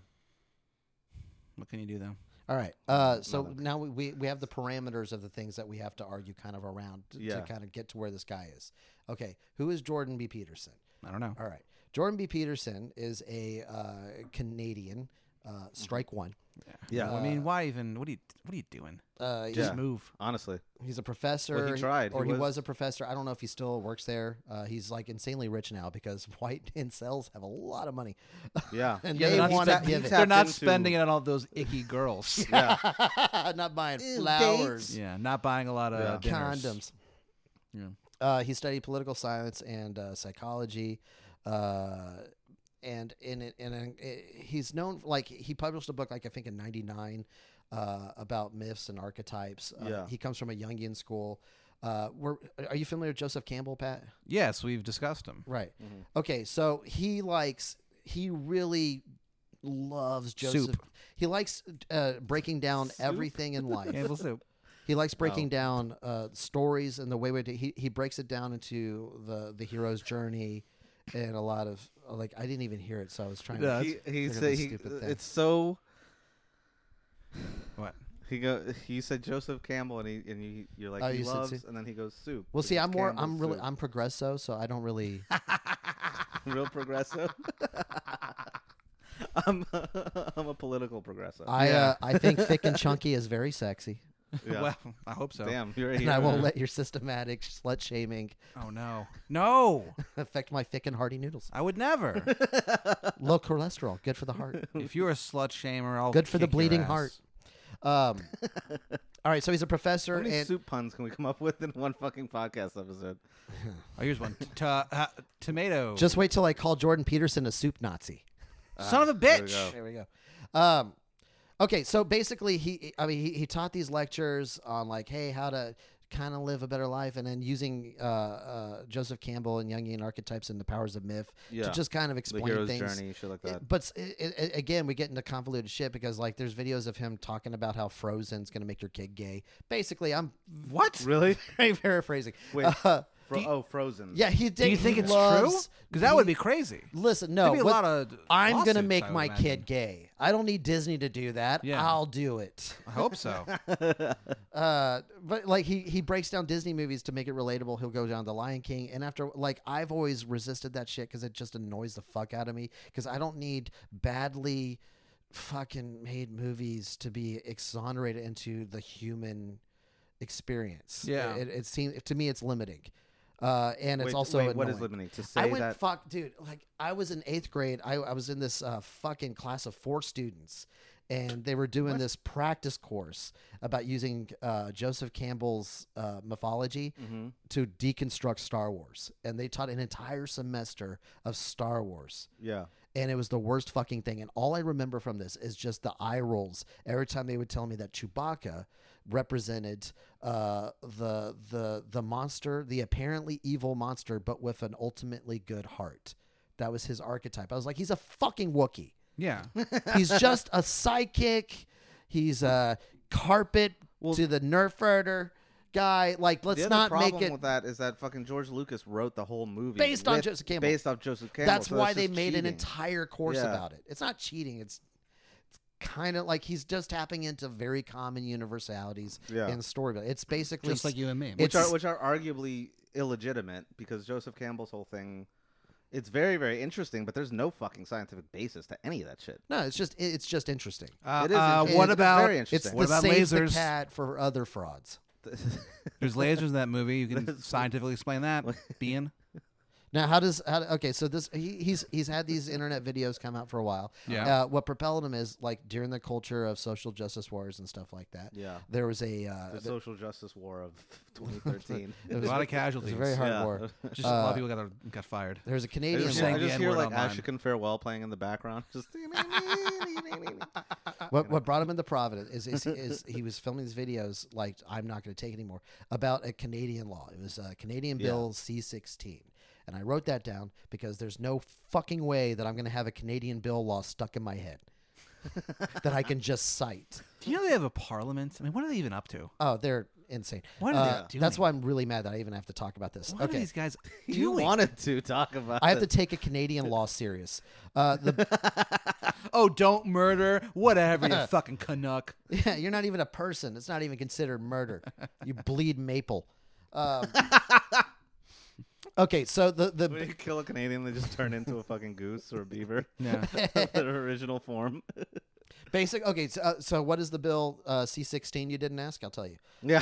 What can you do though?
All right. Uh, so now we, we, we have the parameters of the things that we have to argue kind of around to,
Yeah.
to kind of get to where this guy is. Okay. Who is Jordan B. Peterson?
I don't know.
All right. Jordan B. Peterson is a uh, Canadian. Uh, strike one.
Yeah.
I mean, why even? What are you? What are you doing?
Uh,
Just
Yeah.
move.
Honestly,
He's a professor.
Well, he tried.
or he
He
was.
was-
a professor. I don't know if he still works there. Uh, he's like insanely rich now because white incels have a lot of money,
yeah.
and
Yeah,
they
they're not
want to
spend-
give
he's
it.
They're
tapped
not
into-
spending it on all those icky girls.
yeah.
not buying flowers,
yeah, not buying a lot of
Yeah.
dinners.
condoms.
Yeah.
Uh, he studied political science and uh, psychology. Uh, and in it, and in, he's known like he published a book like I think in '99 uh, about myths and archetypes. Uh,
Yeah.
He comes from a Jungian school. Uh, where, are you familiar with Joseph Campbell, Pat?
Yes, we've discussed them.
Right. Okay, so he likes he really loves Joseph.
Soup.
He likes uh, breaking down
Soup?
everything in life.
Campbell soup.
He likes breaking
Wow.
down uh, stories and the way we do, he he breaks it down into the the hero's journey and a lot of like I didn't even hear it, so I was trying.
Yeah.
to
He, he
Look at
said
this
he,
stupid thing.
it's so
What?
he go he said Joseph Campbell and he and you you're like
Oh,
he
you said
loves
soup.
and then he goes soup.
Well, see,
It's
I'm more.
Campbell's
I'm really.
soup.
I'm progresso, so I don't really.
real progressive. I'm I'm a political progressive.
I
Yeah.
uh, I think thick and chunky is very sexy.
Yeah.
Well, I hope so.
Damn, you're a
and I
hero.
won't let your systematic slut shaming
Oh no, no,
affect my thick and hearty noodles.
I would never.
Low cholesterol, good for the heart.
if you're a slut shamer, I'll
Good for the
kick your
bleeding
ass.
heart. Um, all right, so he's a
How
professor,
many
and
soup puns can we come up with in one fucking podcast episode?
Oh, here's one. T- t- uh, tomato.
just wait till I call Jordan Peterson a soup Nazi.
son of a
there we
bitch.
go.
There we go. Um, okay, so basically, he I mean he, he taught these lectures on like, hey, how to kind of live a better life, and then using uh, uh, Joseph Campbell and Jungian archetypes and the powers of myth
Yeah.
to just kind of
The
explain
hero's
things.
journey, shit like that.
It- but s- it, it, again, we get into convoluted shit because like there's videos of him talking about how Frozen's gonna make your kid gay. Basically, I'm
What?
Really?
very paraphrasing.
Wait.
Uh,
Fro- oh, Frozen.
yeah, he did.
Do you think
he
it's
loves-
true? Because that would
he-
be crazy.
Listen, no.
There'd be a lot
what-
of.
I'm gonna
lawsuits, I
make
would
my
imagine.
kid gay. I don't need Disney to do that.
Yeah.
I'll do it.
I hope so.
Uh, but like he he breaks down Disney movies to make it relatable. He'll go down the Lion King, and after like I've always resisted that shit because it just annoys the fuck out of me because I don't need badly fucking made movies to be exonerated into the human experience.
Yeah.
it, it seems to me it's limiting, uh, and it's
Wait,
also
wait, what is
annoying.
limiting? To say
I went
that
fuck, dude. Like I was in eighth grade. I, I was in this uh, fucking class of four students, and they were doing this practice course about using uh, Joseph Campbell's uh, mythology
mm-hmm.
to deconstruct Star Wars, and they taught an entire semester of Star Wars.
Yeah.
And it was the worst fucking thing. And all I remember from this is just the eye rolls every time they would tell me that Chewbacca represented uh, the the the monster, the apparently evil monster, but with an ultimately good heart. That was his archetype. I was like, he's a fucking Wookiee.
Yeah.
He's just a psychic. He's a carpet to the nerf herder guy. Like, let's
the other
not
problem
make it.
with that is that fucking George Lucas wrote the whole movie
Based on
with-
Joseph Campbell.
Based off Joseph Campbell.
That's
so
why
it's
they
just
made an
cheating.
entire course
Yeah.
about it. It's not cheating. It's it's kind of like he's just tapping into very common universalities
Yeah.
in story. But it's basically
Just like you and me.
It's-
which are which are arguably illegitimate because Joseph Campbell's whole thing. It's very very interesting, but there's no fucking scientific basis to any of that shit.
no, it's just it's just interesting.
Uh,
It is
uh,
interesting.
what
It's
about
very
It's
interesting.
the
What about
save the
lasers?
cat for other frauds.
There's lasers in that movie. You can scientifically explain that. Being.
Now, how does how, okay? So this he, he's he's had these internet videos come out for a while.
Yeah.
Uh, what propelled him is like during the culture of social justice wars and stuff like that.
Yeah.
There was a uh,
the social justice war of 2013.
it
A
was,
lot of
it was
casualties.
a very hard
Yeah.
war.
Just a lot
Uh,
of people got, got fired.
There was a
I
Canadian
just,
saying
I
one.
the
just hear
N-word
like
online.
Ashkin Farewell playing in the background. Just
What, what brought him into Providence is, is, is he was filming these videos like I'm not going to take anymore about a Canadian law. It was uh, Canadian
Yeah.
Bill C-16, and I wrote that down because there's no fucking way that I'm going to have a Canadian Bill law stuck in my head that I can just cite.
Do you know they have a parliament? I mean, what are they even up to?
Oh, they're insane.
What are they
Uh,
doing?
That's why I'm really mad that I even have to talk about this.
What
okay.
are these guys
you
doing?
wanted to talk about.
I have to
it.
take a Canadian law serious. Uh, the,
oh, don't murder. Whatever, you fucking Canuck.
yeah, you're not even a person. It's not even considered murder. You bleed maple. Um, okay, so the the
When you kill a Canadian, they just turn into a fucking goose or a beaver.
Yeah.
their original form.
Basic. Okay. So, uh, so what is the bill uh, C16? You didn't ask. I'll tell you.
Yeah.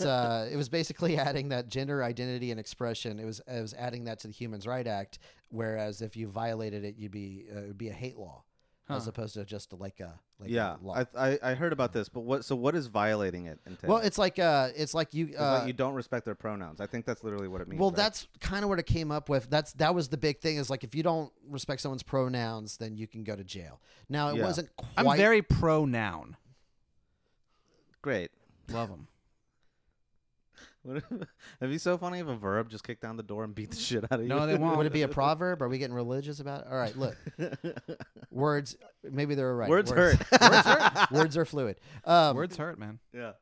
uh, it was basically adding that gender identity and expression. It was it was adding that to the Human Rights Act. Whereas if you violated it, you'd be uh, it would be a hate law, as opposed to just like a like
yeah.
a law.
I, I I heard about this, but what? So what is violating it entail?
well, it's like uh, it's like you.
It's
Uh,
like you don't respect their pronouns. I think that's literally what it means.
well,
right?
that's kind of what it came up with. That's that was the big thing. Is like if you don't respect someone's pronouns, then you can go to jail. Now it
Yeah.
wasn't quite.
I'm very pro noun.
great.
Love them.
What if- It'd be so funny if a verb just kicked down the door and beat the shit out of you.
No, they won't.
Would it be a proverb? Are we getting religious about it? All right, look. Words, maybe they're right.
Words hurt.
Words hurt. Words are fluid. Um,
Words hurt, man.
yeah.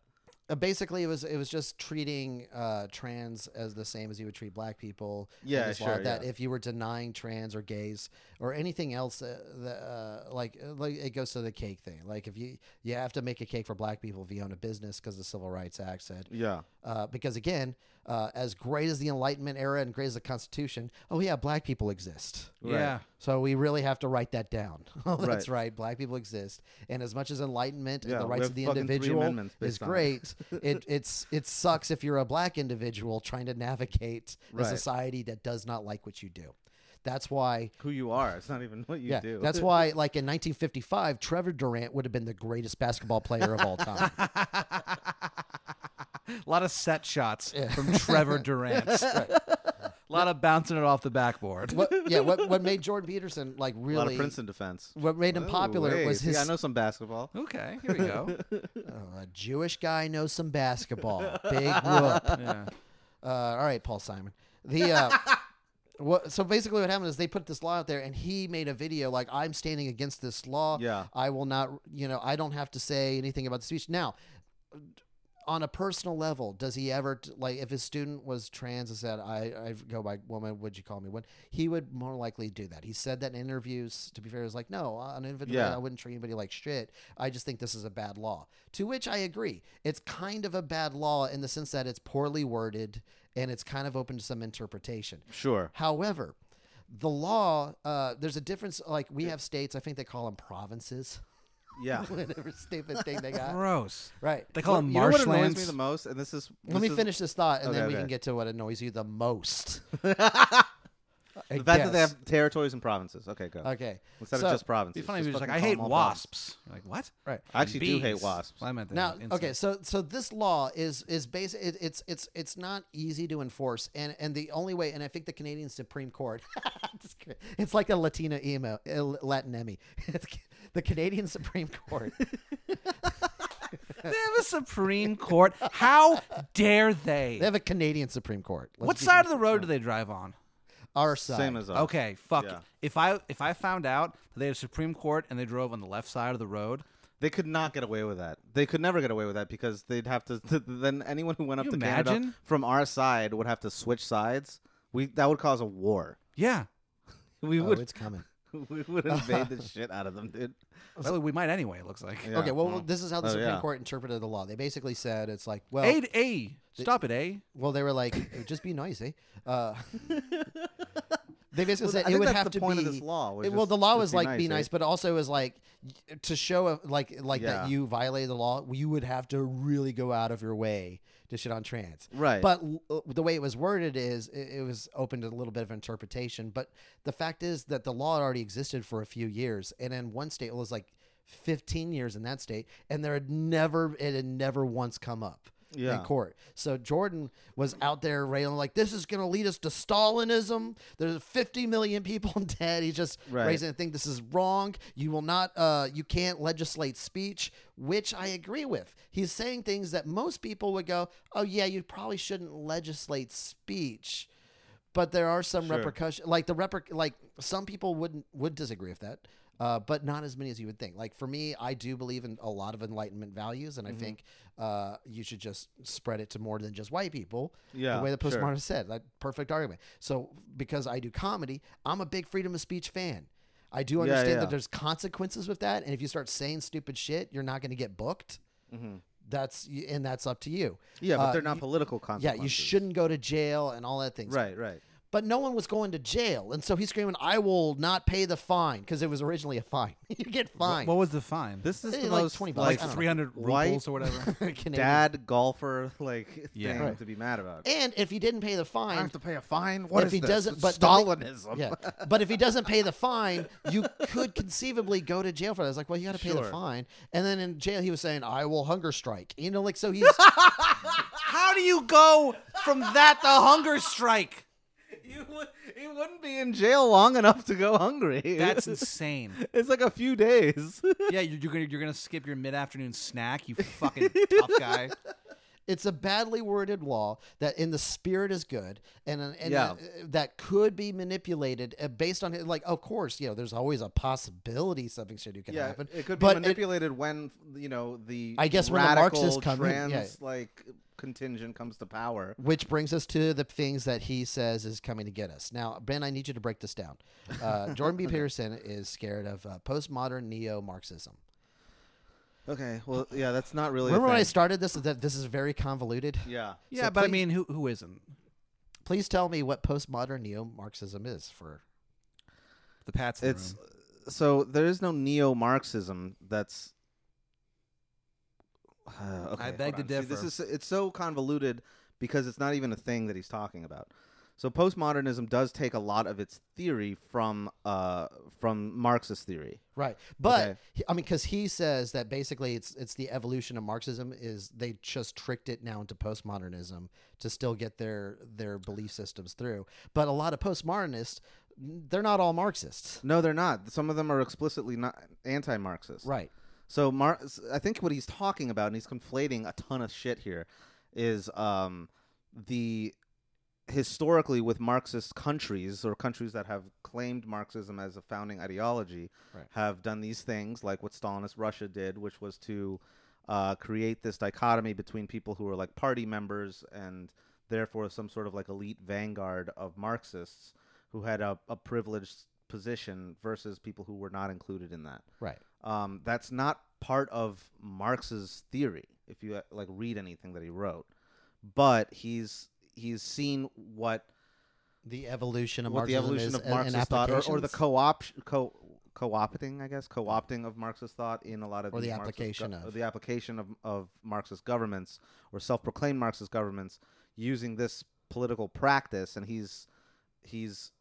uh, Basically, it was it was just treating uh, trans as the same as you would treat black people. and
Yeah,
just allowed
sure,
That
yeah.
if you were denying trans or gays or anything else, uh, the, uh, like like it goes to the cake thing. Like if you you have to make a cake for black people if you own a business because the Civil Rights Act said
Yeah.
uh, because again, uh, as great as the Enlightenment era and great as the Constitution, oh yeah, black people exist.
Right.
Yeah.
So we really have to write that down. Oh, that's
Right.
right. Black people exist, and as much as enlightenment
Yeah,
and the
we
rights
have
of the
fucking three
individual
amendments
is
based on it.
great, it it's it sucks if you're a black individual trying to navigate a
Right.
society that does not like what you do. That's why
Who you are? It's not even what you
yeah,
do.
that's why, like in 1955, Trevor Durant would have been the greatest basketball player of all time.
A lot of set shots from Trevor Durant. A lot of bouncing it off the backboard.
what, yeah, what what made Jordan Peterson like
a lot of
really?
Princeton defense.
What made him
Oh,
popular
hey,
was
see,
his
I know some basketball.
Okay, here we go.
Oh, a Jewish guy knows some basketball. Big whoop.
Yeah.
Uh, all right, Paul Simon. The uh, what? So basically, what happened is they put this law out there, and he made a video like, "I'm standing against this law.
Yeah.
I will not. You know, I don't have to say anything about the speech now." On a personal level, does he ever t- like if his student was trans and said, "I, I go by woman," would you call me woman? He would more likely do that. He said that in interviews. To be fair, he was like, "No, on individual,
Yeah.
I wouldn't treat anybody like shit. I just think this is a bad law." To which I agree. It's kind of a bad law in the sense that it's poorly worded and it's kind of open to some interpretation.
Sure.
However, the law, uh, there's a difference. Like we have states, I think they call them provinces.
Yeah.
Whatever stupid thing they got.
Gross.
Right.
They call
What-
them
you know what annoys me
marshlands.
the most, and this is.
Let me
this is
finish this thought, and then
Okay,
we
okay.
can get to what annoys you the most.
The fact that they have territories and provinces. Okay, go.
Okay.
Instead
So-
of just provinces.
It'd be funny if
just
you're just like, I
fucking call
hate
them all provinces."
wasps. You're like, what?
Right.
I actually do hate
Bees.
wasps.
Well, I meant the
Now,
insect.
okay, so so this law is is basic. It, it's it's it's not easy to enforce, and and the only way, and I think the Canadian Supreme Court, it's cra- it's like a Latina emo, a L- Latin Emmy. It's ca- the Canadian Supreme Court.
They have a Supreme Court. How dare they?
They have a Canadian Supreme Court. Let's
what
be-
side of the road do they drive on?
Our side.
Same as us.
Okay, fuck.
Yeah.
it. If I if I found out that they had a Supreme Court and they drove on the left side of the road,
They could not get away with that. They could never get away with that because they'd have to. then anyone who went up
You
to
imagine?
Canada from our side would have to switch sides. We that would cause a war.
yeah,
We
Oh,
would
it's coming.
we would invade the shit out of them, dude.
well, we might anyway. It looks like.
Yeah.
Okay, well, well, this is how the
Oh,
Supreme
yeah.
Court interpreted the law. They basically said it's like, well,
A A, stop it, A.
well, they were like, just be noisy. Uh, they basically
Well,
said
I
it
think
would
that's
have
the
to
point
be
of this law, was
it- well,
just-
the law
just
was
be
like
nice,
be
eh?
nice, but also is like y- to show a, like like
Yeah.
that you violated the law. You would have to really go out of your way to shit on trans.
Right.
But l- uh, the way it was worded is it, it was open to a little bit of interpretation. But the fact is that the law had already existed for a few years, and in one state it was like 15 years in that state, and there had never it had never once come up.
Yeah.
In court. So Jordan was out there railing like this is going to lead us to Stalinism. There's 50 million people dead. He's just
Right.
raising the thing. This is wrong. You will not. Uh, you can't legislate speech, which I agree with. He's saying things that most people would go, "Oh yeah, you probably shouldn't legislate speech." But there are some
Sure.
repercussions. Like the reper- like some people wouldn't would disagree with that. Uh, but not as many as you would think. Like for me, I do believe in a lot of enlightenment values,
Mm-hmm.
and I think uh, you should just spread it to more than just white people.
Yeah,
the way the
sure.
postmodern said that perfect argument. So because I do comedy, I'm a big freedom of speech fan. I do understand
yeah.
that there's consequences with that, and if you start saying stupid shit, you're not going to get booked. That's and that's up to you.
Mm-hmm. Yeah, but
Uh,
they're not political
Yeah,
consequences.
you shouldn't go to jail and all that things.
Right, right.
But no one was going to jail, and so he's screaming, "I will not pay the fine," because it was originally a fine. you get fined.
What was the fine?
This is
Eh,
the
like
most
20 bucks,
like
I don't know.
three hundred
white
rubles or whatever.
Canadian.
dad golfer like
Yeah.
thing
Right.
to be mad about.
And if he didn't pay the fine,
pay a fine.
if he doesn't, but but the-
Stalinism.
yeah, but if he doesn't pay the fine, you could conceivably go to jail for that. It's like, well, you got to pay the
Sure.
fine, and then in jail he was saying, "I will hunger strike." You know, like so he's
How do you go from that to hunger strike?
You would, he wouldn't be in jail long enough to go hungry.
That's insane.
it's like a few days.
Yeah, you're, you're gonna you're gonna skip your mid afternoon snack, you fucking tough guy.
it's a badly worded law that, in the spirit, is good, and and
Yeah.
uh, that could be manipulated uh, based on like, of course, you know, there's always a possibility something shitty can
yeah,
happen.
it could be
but it-
manipulated when you know the
I guess when the
radical
Marxists come in,
trans
yeah.
like contingent comes to power.
Which brings us to the things that he says is coming to get us. Now, Ben, I need you to break this down. Uh, Jordan B. Peterson is scared of uh, postmodern neo Marxism.
Okay, well, yeah, that's not really. a
Remember when I
thing.
started this? That this is very convoluted.
Yeah,
Yeah,
So
but I
please-
mean, who who isn't?
Please tell me what postmodern neo Marxism is for
The Pats. in the
it's
room.
so there is no neo-Marxism that's. Uh, okay,
beg
hold
to
on. See, this
differ.
is it's so convoluted because it's not even a thing that he's talking about. So postmodernism does take a lot of its theory from uh from Marxist theory.
Right. But
Okay.
he- I mean, because he says that basically it's it's the evolution of Marxism is they just tricked it now into postmodernism to still get their their belief systems through. But a lot of postmodernists, they're not all Marxists.
No, they're not. Some of them are explicitly not anti-Marxist.
Right.
So Mar- I think what he's talking about, and he's conflating a ton of shit here, is um, the historically with Marxist countries or countries that have claimed Marxism as a founding ideology
Right.
have done these things like what Stalinist Russia did, which was to uh, create this dichotomy between people who were like party members and therefore some sort of like elite vanguard of Marxists who had a, a privileged position versus people who were not included in that
Right.
um, that's not part of Marx's theory. If you uh, like read anything that he wrote, but he's he's seen what
The evolution of
what the
Marxism
evolution
is
of
and- and
Marxist thought, or, or the
applications,
co-op co co-opting, I guess, co-opting of Marxist thought in a lot of
Or
these
the
Marxist
application
go-
of.
or the application of of Marxist governments or self-proclaimed Marxist governments using this political practice, and he's he's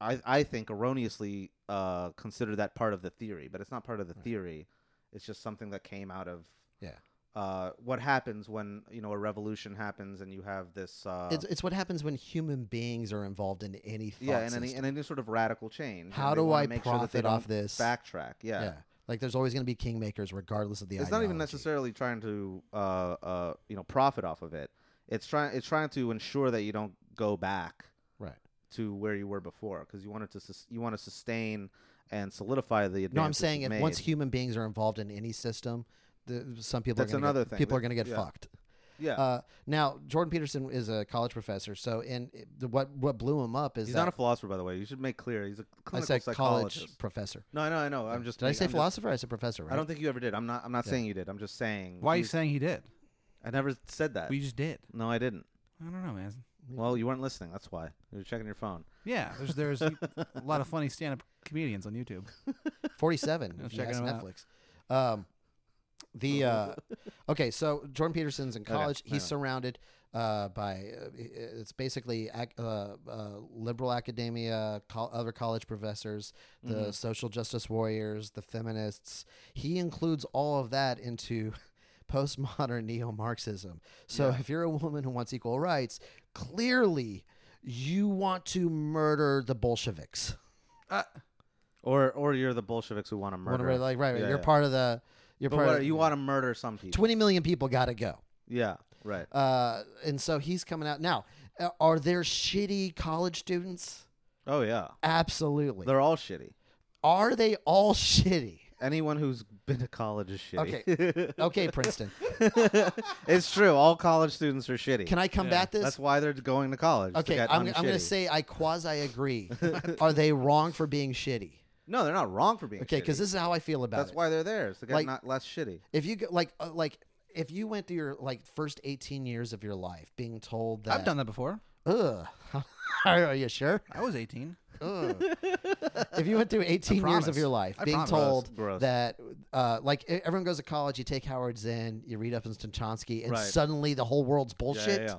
I I think erroneously uh, considered that part of the theory, but it's not part of the
Right.
theory. It's just something that came out of
Yeah.
Uh, what happens when you know a revolution happens and you have this uh,
It's, it's what happens when human beings are involved in any thought
yeah, and
system.
any and any sort of radical change.
How
and they
do
wanna
I
make sure that they
profit off
don't
this?
Backtrack. Yeah,
yeah. Like there's always going to be kingmakers regardless of the
it's not even
ideology.
necessarily trying to uh, uh, you know profit off of it. It's trying it's trying to ensure that you don't go back
Right.
to where you were before because you wanted to sus- you want to sustain and solidify the.
No, I'm
advances
saying
you've
if
made.
once human beings are involved in any system, the, some people
That's
are gonna
another
get,
thing.
People
That-
are going to get
yeah.
fucked.
yeah,
Uh, now, Jordan Peterson is a college professor, so and it- the- what what blew him up is
he's
that
not a philosopher, by the way. You should make clear he's a
I
clinical
said
psychologist.
college professor.
No, I know, I know. I'm just.
Did I
being-
say
I'm just-
philosopher? I said professor. Right?
I don't think you ever did. I'm not. I'm not
Yeah.
saying you did. I'm just saying.
Why are
you-
you saying he did?
I never said that.
We just did.
no, I didn't.
I don't know, man.
Well, you weren't listening. That's why you were checking your phone.
Yeah, there's there's a lot of funny stand-up comedians on YouTube.
forty-seven.
I'm
if you
checking
ask
him out.
Netflix. Um, the uh, okay, so Jordan Peterson's in college.
hang
He's
on.
surrounded uh, by uh, i- it's basically ac- uh, uh, liberal academia, col- other college professors, the
Mm-hmm.
social justice warriors, the feminists. He includes all of that into postmodern neo-Marxism. So if you're a woman who wants equal rights, clearly you want to murder the Bolsheviks.
Uh,
Or or you're the Bolsheviks who want to
Wanna
murder.
really, like right, right,
Yeah,
you're
yeah.
part of the. You're
But
part
what-
of,
you want to murder some people.
20 million people got to go.
yeah, right.
Uh, and so he's coming out now. uh, Are there shitty college students?
Oh yeah,
Absolutely.
they're all shitty.
Are they all shitty?
Anyone who's been to college is shitty.
Okay, Princeton.
it's true. All college students are shitty.
Can I combat this?
That's why they're going to college. is to
okay,
get
I'm, I'm going to
unshitty.
say I quasi agree. Are they wrong for being shitty?
no. They're not wrong for being
Okay, because
shitty.
this is how I feel about
that's
it.
why they're there. Is to get
Like-
not less shitty.
if you go, like uh, like if you went through your like first 18 years of your life being told that
I've done that before.
Ugh. Are you sure?
I was 18.
Ugh. if you went through 18 years of
promise.
your life
I
being
promise.
told
Gross.
that, uh, like, e- everyone goes to college, you take Howard Zinn, you read up on Stanchonsky, and
Right.
suddenly the whole world's bullshit.
yeah.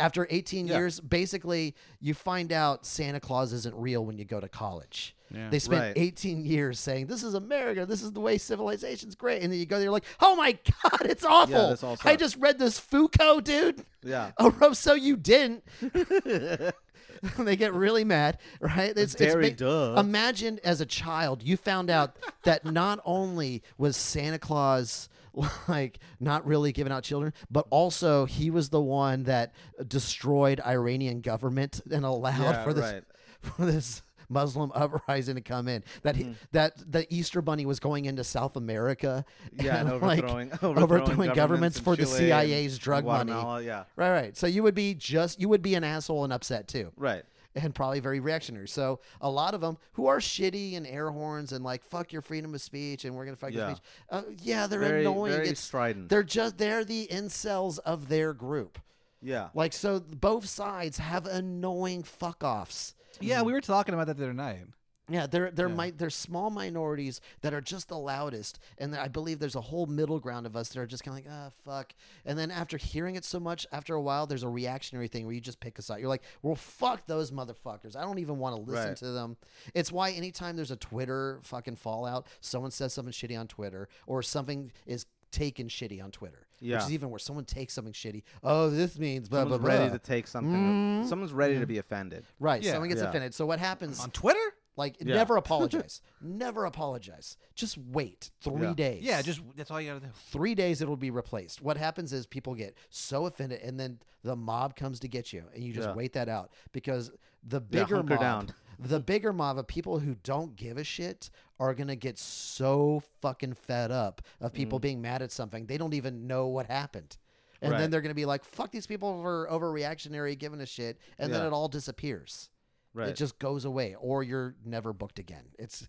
After 18
Yeah.
years, basically, you find out Santa Claus isn't real when you go to college.
Yeah.
They spent
Right.
18 years saying, This is America. This is the way civilization's great. And then you go there, you're like, Oh my God, it's awful.
this all
I
sucks.
just read this Foucault, dude.
Yeah.
Oh, Rosso, you didn't. they get really mad, right? It's,
Dairy
ba-
duh.
Imagine as a child, you found out that not only was Santa Claus like not really giving out children, but also he was the one that destroyed Iranian government and allowed
Yeah,
for this
right.
for this Muslim uprising to come in. That
Mm-hmm.
he, that the Easter Bunny was going into South America
Yeah, and overthrowing-
like,
overthrowing governments in
for the
Chile and
CIA's drug
Guatemala,
money.
yeah.
Right, right. So you would be just you would be an asshole and upset too.
Right.
And probably very reactionary. So a lot of them who are shitty and air horns and like fuck your freedom of speech and we're gonna fuck
Yeah.
your speech. Uh, yeah, they're
Very-
annoying.
very
it's
strident.
They're just they're the incels of their group.
Yeah.
Like so, both sides have annoying fuck offs.
Yeah, we were talking about that the other night.
Yeah, there there might there's small minorities that are just the loudest, and I believe there's a whole middle ground of us that are just kind of like, ah, fuck. And then after hearing it so much, after a while, there's a reactionary thing where you just pick us out. You're like, well, fuck those motherfuckers. I don't even want to listen
Right.
to them. It's why anytime there's a Twitter fucking fallout, someone says something shitty on Twitter, or something is taken shitty on Twitter, which
Yeah.
is even worse. Someone takes something shitty. Oh, this means blah blah
Someone's
blah.
ready to take
Mm-hmm.
something. Someone's ready to be offended.
right,
Yeah.
someone gets
Yeah.
offended. So what happens?
on Twitter.
Like
Yeah.
never apologize. never apologize. Just wait three
Yeah.
days.
Yeah, just that's all you gotta do.
three days it'll be replaced. What happens is people get so offended and then the mob comes to get you and you just
Yeah.
wait that out because the bigger
hunker
mob
down.
the bigger mob of people who don't give a shit are gonna get so fucking fed up of people
Mm.
being mad at something. They don't even know what happened. And then
Right.
they're gonna be like, fuck these people for overreactionary giving a shit and then
Yeah.
it all disappears
Right.
it just goes away or you're never booked again it's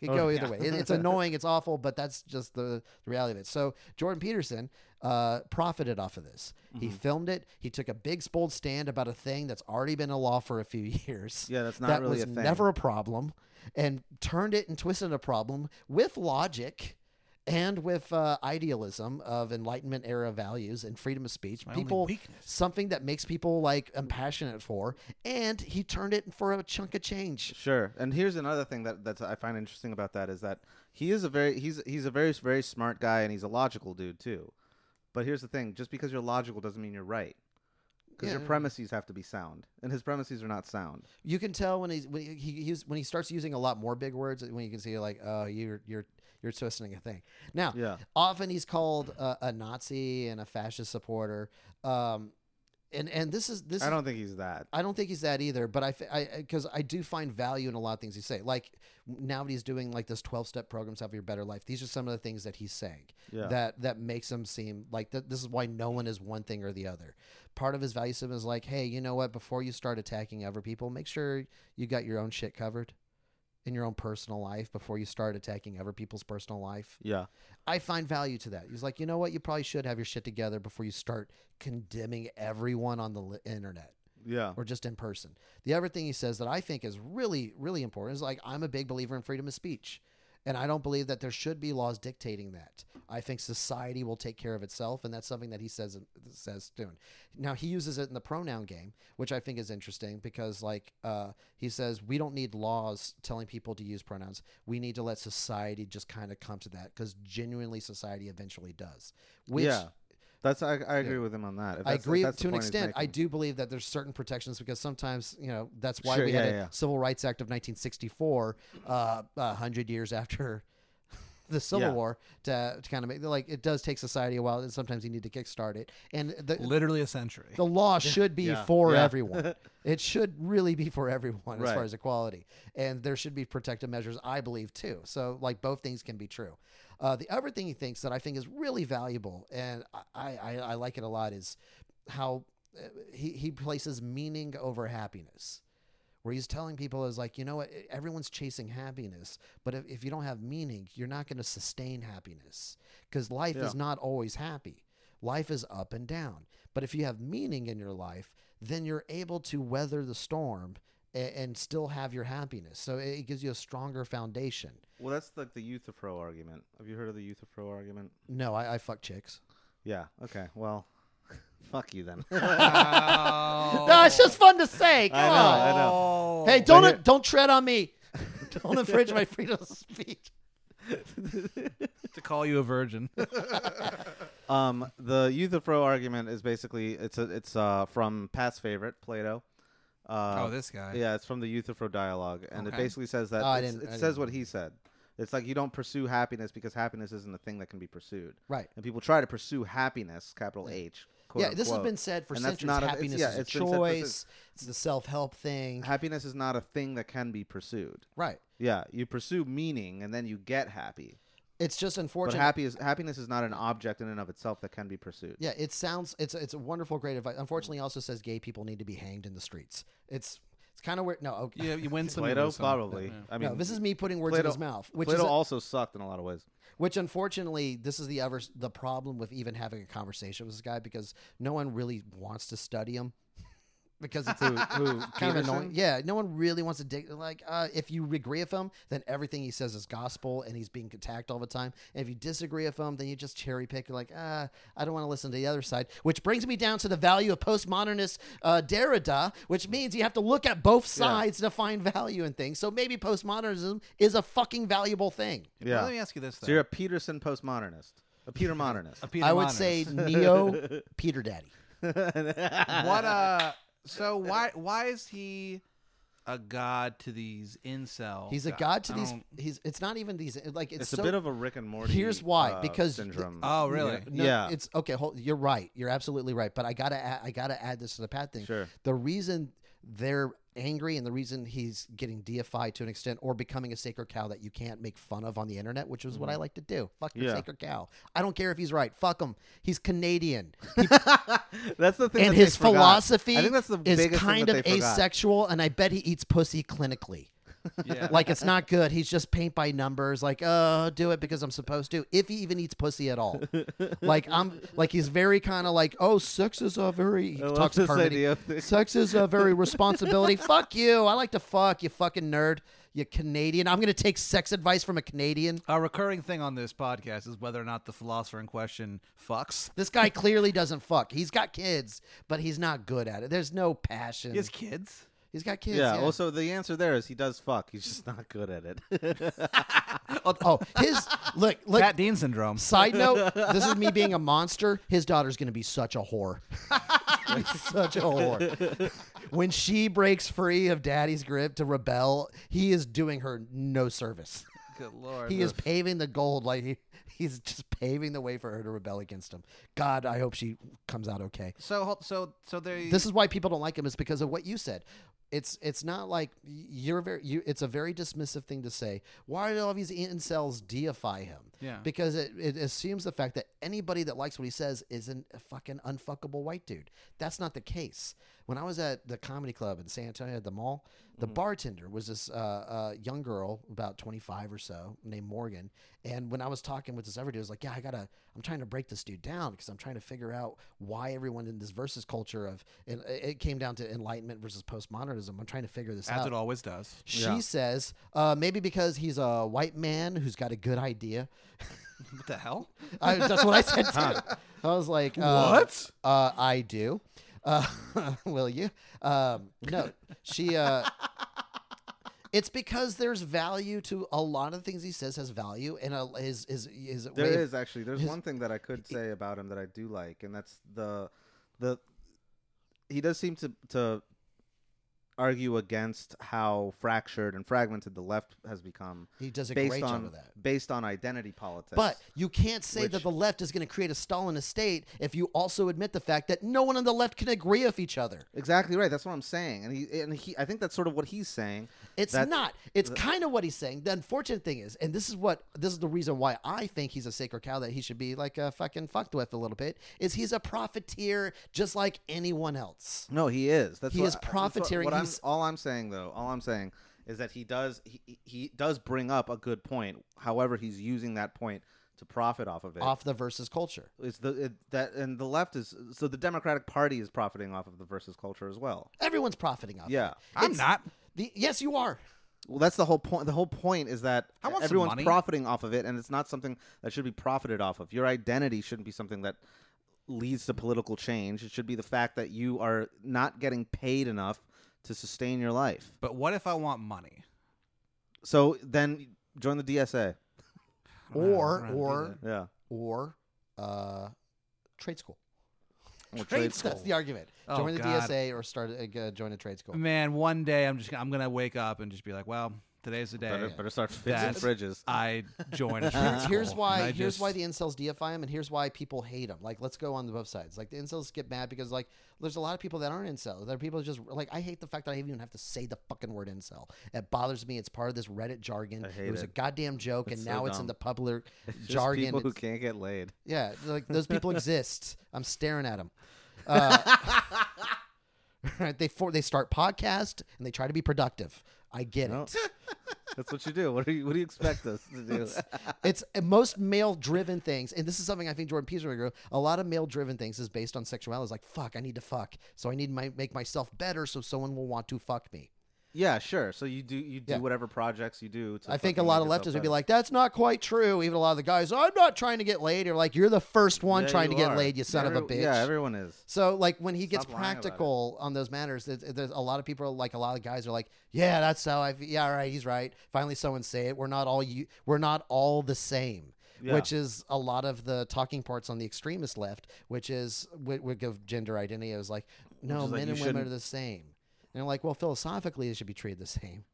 it could
Oh,
go
yeah.
either way It- it's annoying it's awful but that's just the, the reality of it so jordan peterson uh, profited off of this
Mm-hmm.
he filmed it he took a big bold stand about a thing that's already been a law for a few years
yeah, that's not
that
really
was
a thing.
never a problem and turned it and twisted it a problem with logic and with uh, idealism of enlightenment era values and freedom of speech
My
people
only weakness.
something that makes people like I'm passionate for, and he turned it for a chunk of change.
Sure. And here's another thing that that's I find interesting about that is that he is a very he's he's a very very smart guy and he's a logical dude too. But here's the thing: just because you're logical doesn't mean you're right. Because your
Yeah.
premises have to be sound, and his premises are not sound.
You can tell when he's when he, he he's, when he starts using a lot more big words when you can see like oh you're you're you're twisting a thing. Now
Yeah.
often he's called uh, a Nazi and a fascist supporter, um, and and this is this
I
is
don't think he's that.
I don't think he's that either, but I, because I, do find value in a lot of things he say. Like now that he's doing like this twelve step program to have your better life. These are some of the things that he's saying
Yeah.
that that makes him seem like th- this is why no one is one thing or the other. Part of his value system is like, hey, you know what? Before you start attacking other people, make sure you got your own shit covered in your own personal life before you start attacking other people's personal life.
Yeah.
I find value to that. He's like, you know what? You probably should have your shit together before you start condemning everyone on the li- internet
Yeah.
or just in person. The other thing he says that I think is really, really important is like, I'm a big believer in freedom of speech. And I don't believe that there should be laws dictating that. I think society will take care of itself, and that's something that he says says soon. Now he uses it in the pronoun game, which I think is interesting because, like, uh, he says we don't need laws telling people to use pronouns. We need to let society just kind of come to that because genuinely, society eventually does. Which
yeah. That's I, I agree with him on that. If
I
that's- if
agree
that's the
to an
point he's
extent. I
making.
do believe that there's certain protections because sometimes, you know, that's why
Sure,
we
yeah,
had a
yeah.
Civil Rights Act of 1964, uh, a hundred years after the Civil
Yeah.
War, to, to kind of make like it does take society a while, and sometimes you need to kickstart it. And the
Literally a century.
the law should be
Yeah.
for
Yeah.
everyone. it should really be for everyone as
Right.
far as equality, and there should be protective measures. I believe too. So like both things can be true. Uh, the other thing he thinks that I think is really valuable, and I I, I like it a lot, is how uh, he he places meaning over happiness. Where he's telling people is like, you know what, everyone's chasing happiness, but if, if you don't have meaning, you're not going to sustain happiness because life
Yeah.
is not always happy. Life is up and down. But if you have meaning in your life, then you're able to weather the storm and, and still have your happiness. So it, it gives you a stronger foundation.
Well, that's like the youth of pro argument. Have you heard of the youth of pro argument?
No, I, I fuck chicks.
Yeah. Okay. Well, fuck you then.
Wow.
No, it's just fun to say. Come
I know,
on.
I know.
Oh.
Hey, don't
here-
don't tread on me. don't infringe my freedom of speech.
to call you a virgin.
Uh, Um, the youth of pro argument is basically it's a, it's uh from past favorite Plato. Uh,
oh, this guy.
yeah, it's from the youth of pro dialogue, and it
Okay.
basically says that
Oh, I
it's-
didn't-
it
I
says
didn't
what he said. It's like you don't pursue happiness because happiness isn't a thing that can be pursued,
Right.
and people try to pursue happiness, capital H. Quote
yeah, this has
unquote.
been said for
And that's
centuries.
not a- it's-
Happiness
yeah,
is a
it's been said for cen-
choice. It's the self-help thing.
Happiness is not a thing that can be pursued.
Right.
Yeah, you pursue meaning, and then you get happy.
It's just
But
unfortunate.
happy is, happiness is not an object in and of itself that can be pursued.
Yeah, it sounds it's it's a wonderful, great advice. Unfortunately, it also says gay people need to be hanged in the streets. It's it's kind of weird. No, okay.
You, you win some. you
Plato
lose some.
probably.
Yeah.
I mean,
no, this is me putting words in his mouth, which
Plato
is
also sucked in a lot of ways.
which unfortunately this is the other the problem with even having a conversation with this guy because no one really wants to study him. because it's
who, who
kind of annoying.
Peterson?
Yeah, no one really wants to dig. Like, uh, if you agree with him, then everything he says is gospel, and he's being attacked all the time. And if you disagree with him, then you just cherry pick. You're like, ah, I don't want to listen to the other side. Which brings me down to the value of postmodernist uh, Derrida, which means you have to look at both sides to find value in things. So maybe postmodernism is a fucking valuable thing.
Well,
Yeah.
let me ask you this: though.
So you're a Peterson postmodernist. A Peter modernist.
A Peter
I would
Moners.
say neo Peter Daddy.
what uh so why why is he a god to these incel
He's a
guy-
god to
Oh, I
these.
don't-
He's. It's not even these. Like it's,
It's
so
a bit of a Rick and Morty.
Here's why,
uh,
because the-
syndrome.
oh really
No,
Yeah.
it's okay. Hold, you're right. You're absolutely right. But I gotta, add, I gotta add this to the Pat thing.
Sure.
The reason they're angry and the reason he's getting deified to an extent or becoming a sacred cow that you can't make fun of on the internet, which is what I like to do. Fuck your
Mm-hmm. Yeah.
sacred cow. I don't care if he's right. Fuck him. He's Canadian.
that's the thing. that
and
they
his
forgot.
philosophy
I think that's the
is
biggest
kind
thing
of
that they forgot.
asexual, and I bet he eats pussy clinically.
yeah
like it's not good. He's just paint by numbers. Like, oh, do it because I'm supposed to. If he even eats pussy at all, like I'm, like he's very kind of like, oh, sex is a very. He
I love
talks
this
Carmody.
idea of this.
Sex is a very responsibility. fuck you. I like to fuck you, fucking nerd. You Canadian. I'm gonna take sex advice from a Canadian.
a recurring thing on this podcast is whether or not the philosopher in question fucks
This guy clearly doesn't fuck. He's got kids, but he's not good at it. There's no passion.
he has kids
he's got kids.
Yeah,
yeah.
Also, the answer there is he does fuck. He's just not good at it.
oh, his look, look.
Cat Dean syndrome.
Side note: This is me being a monster. His daughter's gonna be such a whore, such a whore. When she breaks free of daddy's grip to rebel, he is doing her no service.
Good lord.
He is paving the gold, like he, he's just paving the way for her to rebel against him. God, I hope she comes out okay.
so hold- so so they
This is why people don't like him is because of what you said. It's it's not like you're very you. It's a very dismissive thing to say. Why do all these incels deify him?
Yeah.
because it, it assumes the fact that anybody that likes what he says isn't a fucking unfuckable white dude. That's not the case. When I was at the comedy club in San Antonio at the mall, the
Mm-hmm.
bartender was this uh, uh, young girl, about 25 or so, named Morgan. And when I was talking with this other dude, I was like, yeah, I gotta, I'm trying to break this dude down because I'm trying to figure out why everyone in this versus culture of, and it it came down to enlightenment versus postmodernism. I'm trying to figure this
as
out.
it always does.
She
Yeah.
says, uh, maybe because he's a white man who's got a good idea.
What the hell?
I, that's what I said too. I was like, uh,
What?
Uh, I do. Uh, will you? Um, no, she. Uh, it's because there's value to a lot of things he says has value, and a, his his his
There
way of-
is actually. There's
his-
one thing that I could say about him that I do like, and that's the the he does seem to to argue against how fractured and fragmented the left has become
he does a
based
great
on
job of that.
based on identity politics.
But you can't say that
Which-
the left is going to create a Stalinist state if you also admit the fact that no one on the left can agree with each other.
exactly right. That's what I'm saying, and he and he. I think that's sort of what he's saying.
It's
That-
not. It's kind of what he's saying. The unfortunate thing is, and this is what this is the reason why I think he's a sacred cow that he should be like uh, fucking fucked with a little bit. Is he's a profiteer just like anyone else?
No, he is. That's
He
what,
is
that's what-
profiteering.
What, I'm,
He's-
all I'm saying, though, all I'm saying is that he does he, he- he does bring up a good point. However, he's using that point to profit off of it.
Off the versus culture.
It's the it, that and the left is so the Democratic Party is profiting off of the versus culture as well.
Everyone's profiting off. it.
Yeah.
I'm
It's-
not.
The, yes, you are.
Well, that's the whole point. The whole point is that
I want some
everyone's
money.
profiting off of it, and it's not something that should be profited off of. Your identity shouldn't be something that leads to political change. It should be the fact that you are not getting paid enough to sustain your life.
But what if I want money?
So then join the DSA.
I don't know,
Or-
I don't know how to do
or-
that.
Yeah.
Or uh, trade school.
Well,
Trade
trades-
That's
Cool.
the argument.
Oh,
join the
God.
DSA or start uh, uh, join a trade school.
Man, one day I'm just gonna- I'm gonna wake up and just be like, well, today's the day
Better, better start fixing
That's-
fridges.
I join. A trade
here's
school.
why
And I
here's
just-
why the incels deify him and here's why people hate him like let's go on the both sides like the incels get mad because like there's a lot of people that aren't incels there are people who just like i hate the fact that i even have to say the fucking word incel it bothers me it's part of this reddit jargon
I hate
it was a
it.
goddamn joke
It's
and
so
now it's in
dumb.
the public
Just
jargon
people who
It's-
can't get laid.
yeah like those people exist i'm staring at them uh, right they for they start podcast and they try to be productive I get
No.
it.
That's what you do. What do you What do you expect us to do?
It's uh, most male driven things, and this is something I think Jordan Peterson grew. A lot of male driven things is based on sexuality. It's like fuck, I need to fuck, so I need to make myself better, so someone will want to fuck me.
yeah, sure. So you do you do
Yeah.
whatever projects you do. To
I think a
fucking
lot of
make yourself
leftists would be
better.
like, "That's not quite true." Even a lot of the guys, "I'm not trying to get laid." You're like, "You're the first one
Yeah,
trying
you
to get
are.
laid, you son of a
Every-
bitch."
Yeah, everyone is.
So like when he gets
Stop lying about it.
practical on those matters, it, it- there's a lot of people are like a lot of guys are like, yeah, that's how I. fe- Yeah, all right, he's right. Finally, someone say it. We're not all you. We're not all the same.
Yeah.
Which is a lot of the talking parts on the extremist left, which is would, would give gender identity. It was like, no,
is like,
men
you
and women
shouldn't-
are the same. And I'm like, well, philosophically, they should be treated the same.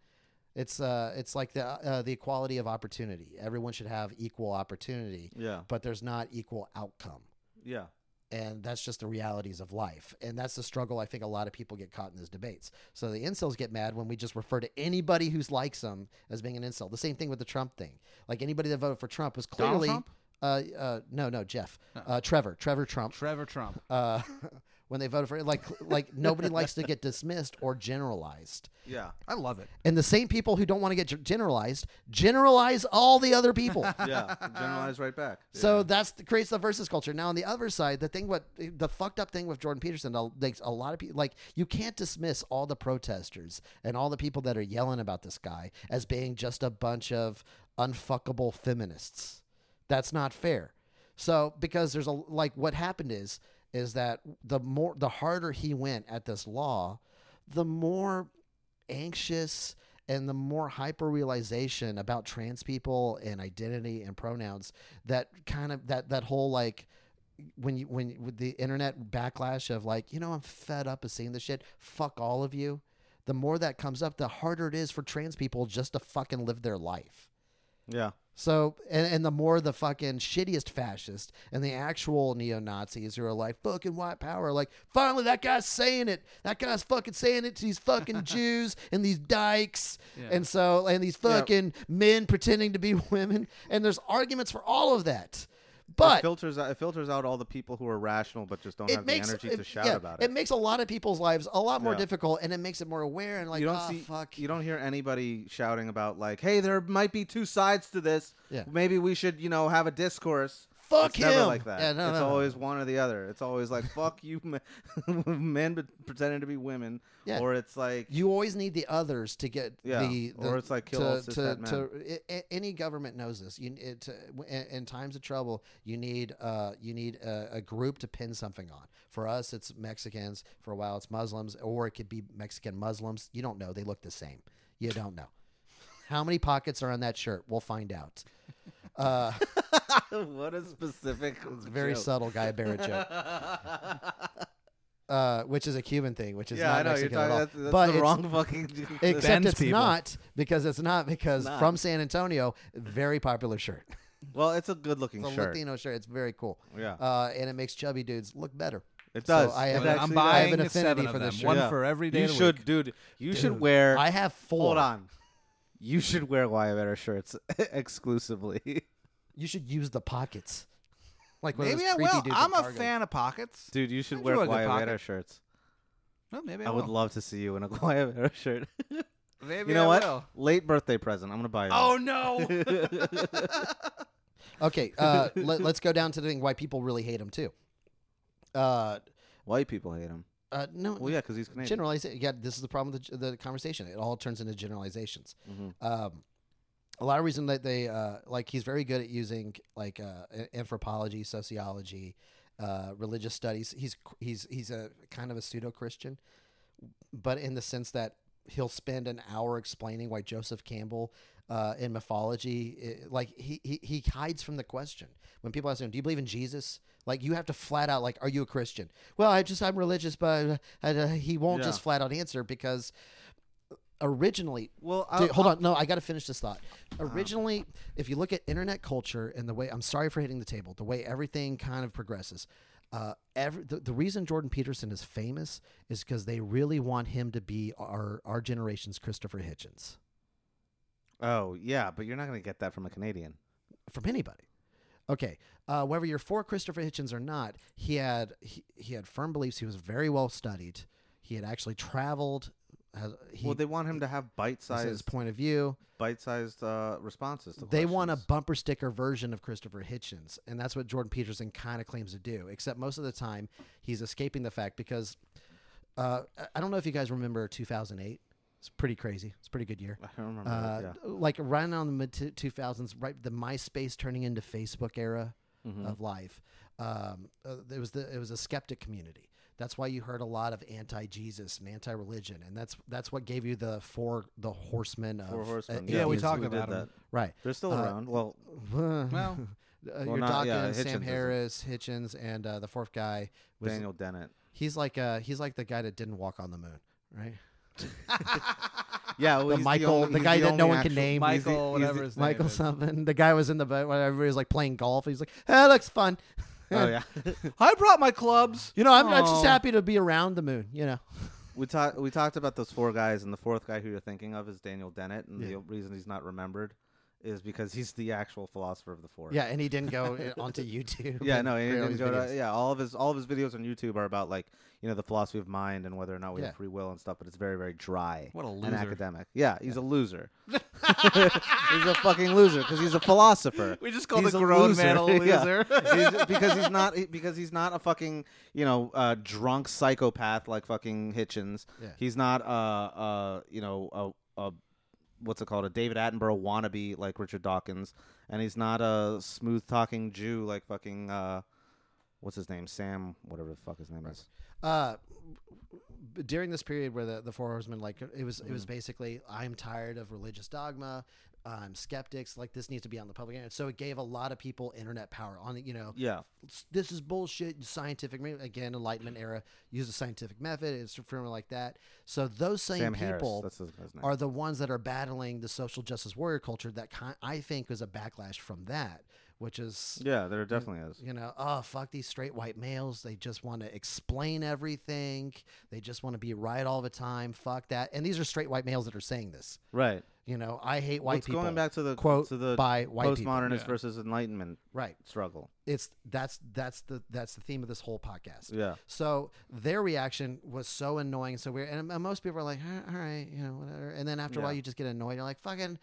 It's uh, it's like the uh, the equality of opportunity. Everyone should have equal opportunity,
Yeah,
but there's not equal outcome
yeah.
and that's just the realities of life and that's the struggle i think a lot of people get caught in those debates so the incels get mad when we just refer to anybody who likes them as being an incel the same thing with the trump thing like anybody that voted for trump was
Donald
clearly
Trump?
Uh, uh, no no jeff uh, trevor trevor trump
Trevor Trump.
uh, when they voted for like like nobody likes to get dismissed or generalized
Yeah.
I love it.
and the same people who don't want to get ge- generalized generalize all the other people
Yeah. Generalize right back.
So that's the, creates the versus culture. Now on the other side, the thing what the fucked up thing with Jordan Peterson, a- like a lot of people like you can't dismiss all the protesters and all the people that are yelling about this guy as being just a bunch of unfuckable feminists. That's not fair. So because there's a like what happened is is that the more the harder he went at this law, the more anxious and the more hyper realization about trans people and identity and pronouns that kind of that that whole like when you when with the internet backlash of like you know I'm fed up of seeing this shit fuck all of you the more that comes up the harder it is for trans people just to fucking live their life
Yeah.
so and, and the more the fucking shittiest fascist and the actual neo Nazis who are like fucking white power, like finally that guy's saying it. That guy's fucking saying it to these fucking Jews and these dykes
Yeah.
and so and these fucking men pretending to be women. And there's arguments for all of that.
it
But
filters out, it filters out all the people who are rational but just don't
it
have the
makes
energy
it,
to shout
yeah,
about it.
makes a lot of people's lives a lot more
Yeah.
difficult and it makes it more aware and like
you don't
"Ah,
see
fuck.
you don't hear anybody shouting about like, "Hey, there might be two sides to this.
Yeah.
Maybe we should, you know, have a discourse." it's
Fuck
Never
him.
like that.
Yeah, no,
it's
no, no.
always one or the other. It's always like, "Fuck you, men, men be- pretending to be women,"
Yeah.
or it's like,
you always need the others to get
Yeah,
the, the
or it's like kill all cishet
i- i- any government knows this you it, to, w- in, in times of trouble you need uh you need a, a group to pin something on for us it's Mexicans for a while it's Muslims or it could be Mexican Muslims you don't know they look the same you don't know how many pockets are on that shirt we'll find out uh
"What a specific."
very
joke.
subtle guy Barrett joke uh which is a Cuban thing which is
yeah,
not
I know you're
Mexican at
talking.
all
That's, that's
but
the
it's-
wrong fucking.
Except
Ben's
it's
people.
not because it's not because
not.
from San Antonio, very popular shirt.
well, it's a good-looking
It's a
shirt.
Latino shirt. It's very cool.
Yeah.
Uh, and it makes chubby dudes look better.
It
So
does.
I
It
have-
actually
I'm
does.
I have
buying
an
the
affinity
seven
for
of
this
them.
shirt.
One
Yeah.
for every day.
You
of the
should,
week.
dude. You should
Dude,
wear.
I have four.
Hold on. You should wear Y better shirts exclusively,
You should use the pockets. Like one of
Maybe
those
I
creepy
will.
dudes at
I'm a
Target.
fan of pockets.
dude. You should
I'd
wear
wear a
Y
good pocket.
better shirts.
Well, maybe I,
I would
will.
love to see you in a Y better shirt.
Maybe
you know
I
what?
will.
Late birthday present. I'm gonna buy you.
Oh
one.
no!
Okay, uh, let, us go down to the thing why people really hate him too. Uh,
white people hate him.
uh, no,
Well, yeah, because he's Canadian.
generalization. Yeah, this is the problem with the, the conversation. It all turns into generalizations.
Mm-hmm.
Um, a lot of reason that they uh, like he's very good at using like uh, a- anthropology, sociology, uh, religious studies. He's he's he's a kind of a pseudo Christian, but in the sense that he'll spend an hour explaining why Joseph Campbell uh, in mythology, i like he, he he hides from the question. When people ask him, "Do you believe in Jesus?" Like you have to flat out, like, "Are you a Christian?" Well, I just I'm religious, but uh, uh, he won't
Yeah.
just flat out answer because originally
Well,
Dude,
I'll- Uh-huh.
hold on. No, I got to finish this thought. Originally, if you look at internet culture and the way, I'm sorry for hitting the table, the way everything kind of progresses. Uh, every, the, the reason Jordan Peterson is famous is because they really want him to be our, our generation's Christopher Hitchens
Oh yeah, but you're not gonna get that from a Canadian.
from anybody. Okay, uh, whether you're for Christopher Hitchens or not, he had he, he had firm beliefs. He was very well studied. He had actually traveled has he
well, they want him to have
says his
bite-sized,
point of view.
bite-sized uh, responses. To
They want a
questions.
bumper sticker version of Christopher Hitchens, and that's what Jordan Peterson kind of claims to do. Except most of the time, he's escaping the fact because uh, I- I don't know if you guys remember 2008. It's pretty crazy. It's a pretty good year.
I don't remember.
Uh,
that, yeah.
Like right around the mid two- 2000s, right the MySpace turning into Facebook era
Mm-hmm.
of life. Um, uh, it was the it was a skeptic community. That's why you heard a lot of anti-Jesus and anti-religion, and that's that's what gave you the four the horsemen of
Four horsemen.
uh,
yeah, we
atheism.
talked
did
about 'em.
that.
right.
They're still
Uh,
around. Well,
well,
Well,
uh, you're
not-
Dawkins,
yeah, Hitchens
Sam
isn't.
Harris, Hitchens, and uh, the fourth guy was
Daniel Dennett.
he's like uh, he's like the guy that didn't walk on the moon, right?
Yeah, well,
The
he's
Michael-
only-
the
he's
guy that
only
no one can
actual-
name.
he's the-
Michael,
he's the-
whatever his name
Michael
is.
something. The guy was in the boat when everybody was like playing golf. He's like, "That looks fun."
Oh yeah,
I brought my clubs.
You know, I'm, I'm just
Aw.
happy to be around the moon. You know,
we talked we talked about those four guys, and the fourth guy who you're thinking of is Daniel Dennett, and
Yeah.
the reason he's not remembered is because he's the actual philosopher of the four.
yeah. And he didn't go uh, onto YouTube.
Yeah,
and
no, he
create all
didn't
these
go to,
videos.
yeah, all of his all of his videos on YouTube are about like you know the philosophy of mind and whether or not we
Yeah.
have free will and stuff, but it's very very dry.
What a
And
loser.
academic. Yeah, he's a loser. he's a fucking loser because he's a philosopher.
We just called
He's
the
a
grown man a
Yeah.
loser.
He's- because he's not he- because he's not a fucking you know uh, drunk psychopath like fucking Hitchens.
Yeah.
He's not uh uh you know a, a what's it called a David Attenborough wannabe like Richard Dawkins, and he's not a smooth talking Jew like fucking uh what's his name Sam whatever the fuck his name is.
uh, b- during this period where the, the four horsemen like it was it was
Mm.
basically i'm tired of religious dogma i'm skeptics like this needs to be on the public internet so it gave a lot of people internet power on the- you know
Yeah,
s- this is bullshit scientific me- again enlightenment era use a scientific method it's firmly like that so those same
Sam Harris.
people
That's his, his name.
are the ones that are battling the social justice warrior culture that ki- i think was a backlash from that which is
yeah, there definitely is.
you know, oh fuck these straight white males. They just want to explain everything. They just want to be right all the time. Fuck that. And these are straight white males that are saying this.
Right.
You know, I hate white
What's
people.
going back to the
quote
to the
by white people.
postmodernist
Yeah.
versus enlightenment
Right.
struggle.
It's that's that's the that's the theme of this whole podcast.
Yeah.
So their reaction was so annoying, so weird, and, and most people are like, "Huh, "All right, you know, whatever." And then after a while,
Yeah.
you just get annoyed. You're like, "Fucking,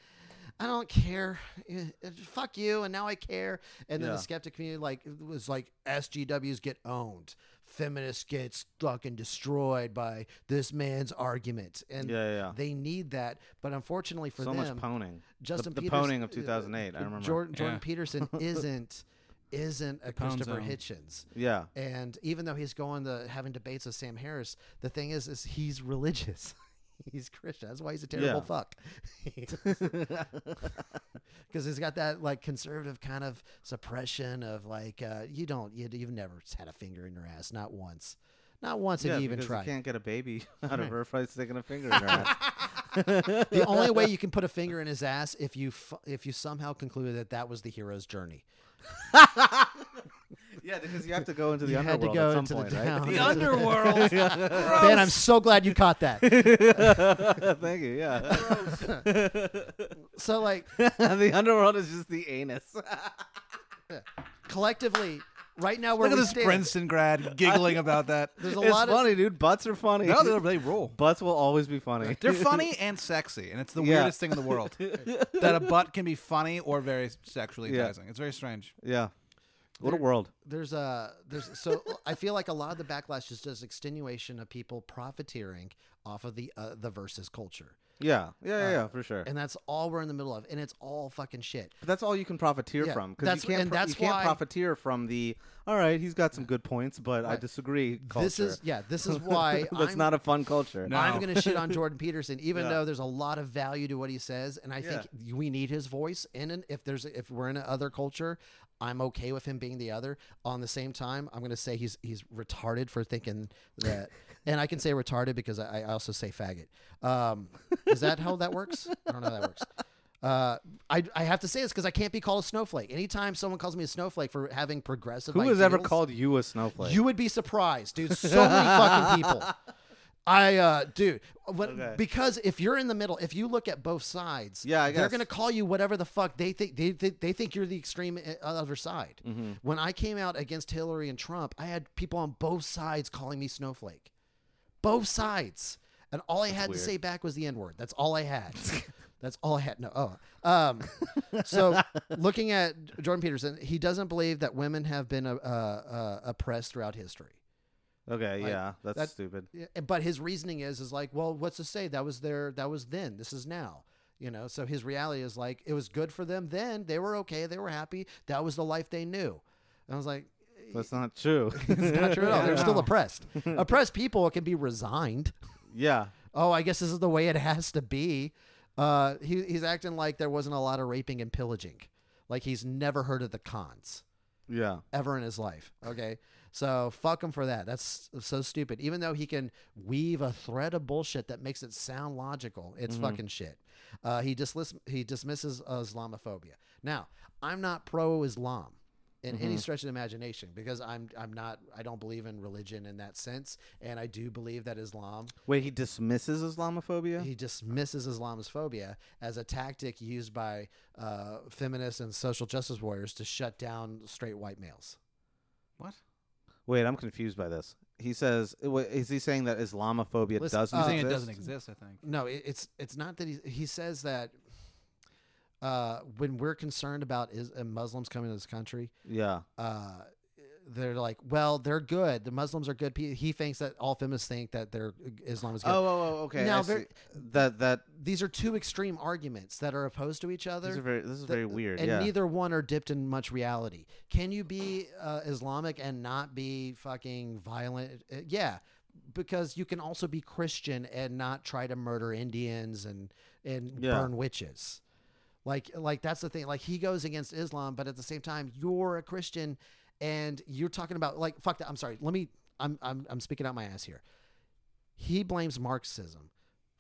I don't care. Eh, eh, Fuck you." And now I care. And then the
Yeah.
skeptic community like was like, "SGWs get owned. Feminist gets fucking destroyed by this man's argument." And
Yeah, yeah, yeah.
they need that, but unfortunately for
so
them,
much poning. The-
Justin
the,
Peters- uh, eh,
poning of 2008. I remember.
Jordan, Jordan
Yeah.
Peterson isn't isn't a
pound
Christopher
zone.
Hitchens.
Yeah.
And even though he's going to having debates with Sam Harris, the thing is, is he's religious. he's Christian. That's why he's a terrible
Yeah.
fuck. Because he's got that like conservative kind of suppression of like uh, you don't you, you've never had a finger in your ass not once, not once
yeah,
have you even
because
tried.
You can't get a baby out of her by sticking a finger in her. ass.
the only way you can put a finger in his ass if you f- if you somehow concluded that that was the hero's journey.
yeah, because you have to go into the
You had to
underworld
go
at some
into the
point,
down-
right?
the underworld.
Ben, I'm so glad you caught that.
Thank you. Yeah,
so like
the underworld is just the anus.
collectively, right now where
Look at
we
this
stand,
Princeton grad giggling about that.
there's a
it's
lot
funny,
of
dude. Butts are funny.
No, they're- they roll.
Butts will always be funny.
They're funny and sexy, and it's the
Yeah.
weirdest thing in the world that a butt can be funny or very sexually
Yeah.
enticing. It's very strange.
yeah. What a world.
there's a there's so I feel like a lot of the backlash is just extenuation of people profiteering off of the uh, the versus culture,
Yeah, yeah, yeah, yeah for sure.
Uh, and that's all we're in the middle of, and it's all fucking shit.
But that's all you can profiteer
Yeah,
from because
that's-
you can't.
and
pro-
that's
you can't
why-
profiteer from the. All right, he's got some good points, but I
Right.
disagree. Culture.
This is yeah, this is why
that's
I'm,
not a fun culture.
No.
I'm gonna shit on Jordan Peterson, even
Yeah.
though there's a lot of value to what he says, and I think we need his voice. And in- if there's if we're in another culture, I'm okay with him being the other. On the same time, I'm gonna say he's he's retarded for thinking that, and I can say retarded because I, I also say faggot. Um, is that how that works? I don't know how that works. Uh, I, I have to say this because I can't be called a snowflake. Anytime someone calls me a snowflake for having progressive,
Who has ever
ideals-
called you a snowflake?
you would be surprised, dude. So many fucking people. I, uh, dude, what,
Okay.
because if you're in the middle, if you look at both sides,
Yeah, I
they're
guess.
gonna call you whatever the fuck they think. They they, they think you're the extreme uh, other side.
Mm-hmm.
When I came out against Hillary and Trump, I had people on both sides calling me snowflake, both sides, and all I had to
weird.
say back was the N word. That's all I had. That's all I had. No, oh, um, so looking at Jordan Peterson, he doesn't believe that women have been uh, uh, uh, oppressed throughout history.
Okay,
Like,
yeah, that's
that-
stupid.
Yeah, but his reasoning is is like well what's to say that was their that was then this is now you know so his reality is like it was good for them then they were okay they were happy that was the life they knew and i was like
That's not true.
it's not true at all they're still
Yeah.
oppressed oppressed people can be resigned
yeah,
oh i guess this is the way it has to be uh he, he's acting like there wasn't a lot of raping and pillaging like he's never heard of the cons
yeah.
ever in his life. Okay. So fuck him for that. That's so stupid. Even though he can weave a thread of bullshit that makes it sound logical, it's fucking shit. Uh, he dismiss- he dismisses uh, Islamophobia. Now, I'm not pro Islam in any stretch of the imagination because I'm I'm not I don't believe in religion in that sense, and I do believe that Islam
Wait, he dismisses Islamophobia.
he dismisses Islamophobia as a tactic used by uh, feminists and social justice warriors to shut down straight white males.
What?
Wait, I'm confused by this. He says, wa- is he saying that Islamophobia
Listen,
doesn't exist?
He's
uh,
saying it doesn't exist. I think.
No, it, it's it's not that he he says that uh, when we're concerned about is uh, Muslims coming to this country,
Yeah,
uh, they're like, well, they're good. The Muslims are good. people. He thinks that all feminists think that their Islam is good.
Oh, oh, oh, okay.
Now,
Now,
very-
that that
These are two extreme arguments that are opposed to each other.
these are very this is
that-
very weird.
And
yeah.
neither one are dipped in much reality. Can you be uh, Islamic and not be fucking violent? Uh, yeah, because you can also be Christian and not try to murder Indians and and
Yeah.
burn witches. Like like that's the thing. Like he goes against Islam, but at the same time, you're a Christian, and you're talking about like fuck that. I'm sorry. Let me. I'm I'm I'm speaking out my ass here. He blames Marxism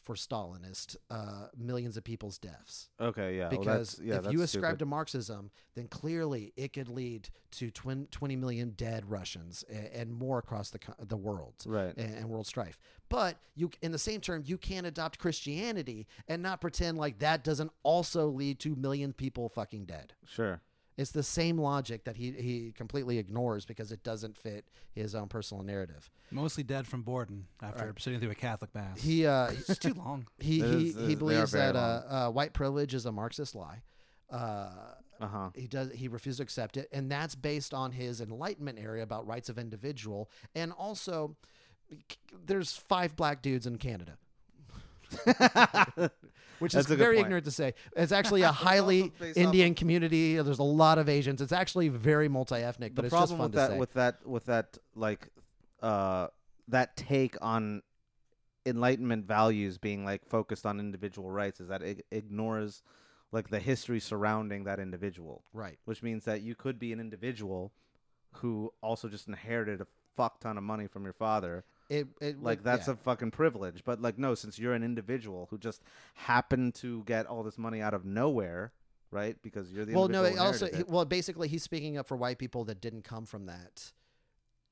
for Stalinist uh, millions of people's deaths
okay, yeah. well,
because
that's, yeah,
if
that's
you ascribe
stupid.
to Marxism, then clearly it could lead to twin, 20 million dead Russians and, and more across the, co- the world
right,
and, and world strife. But you, in the same term, you can't adopt Christianity and not pretend like that doesn't also lead to million people fucking dead.
sure.
It's the same logic that he, he completely ignores because it doesn't fit his own personal narrative.
Mostly dead from Borden after sitting through a Catholic mass.
He uh,
it's too long.
he,
It
he,
is- they
he
are
believes
very
that uh, uh, white privilege is a Marxist lie. Uh,
Uh huh.
he does he refused to accept it and that's based on his enlightenment area about rights of individual and also c- there's five black dudes in canada which
That's a
is
good
very
point.
ignorant to say it's actually a highly
based off
indian community there's a lot of asians it's actually very multi-ethnic but
the
it's just
problem
fun
with
to
that
say
with that with that like uh that take on enlightenment values being like focused on individual rights is that it ignores like the history surrounding that individual
right
which means that you could be an individual who also just inherited a fuck ton of money from your father
it, it
like that's a fucking privilege but like no since you're an individual who just happened to get all this money out of nowhere right because you're the
well no it
individual who
also
inherited
he-
it.
well basically he's speaking up for white people that didn't come from that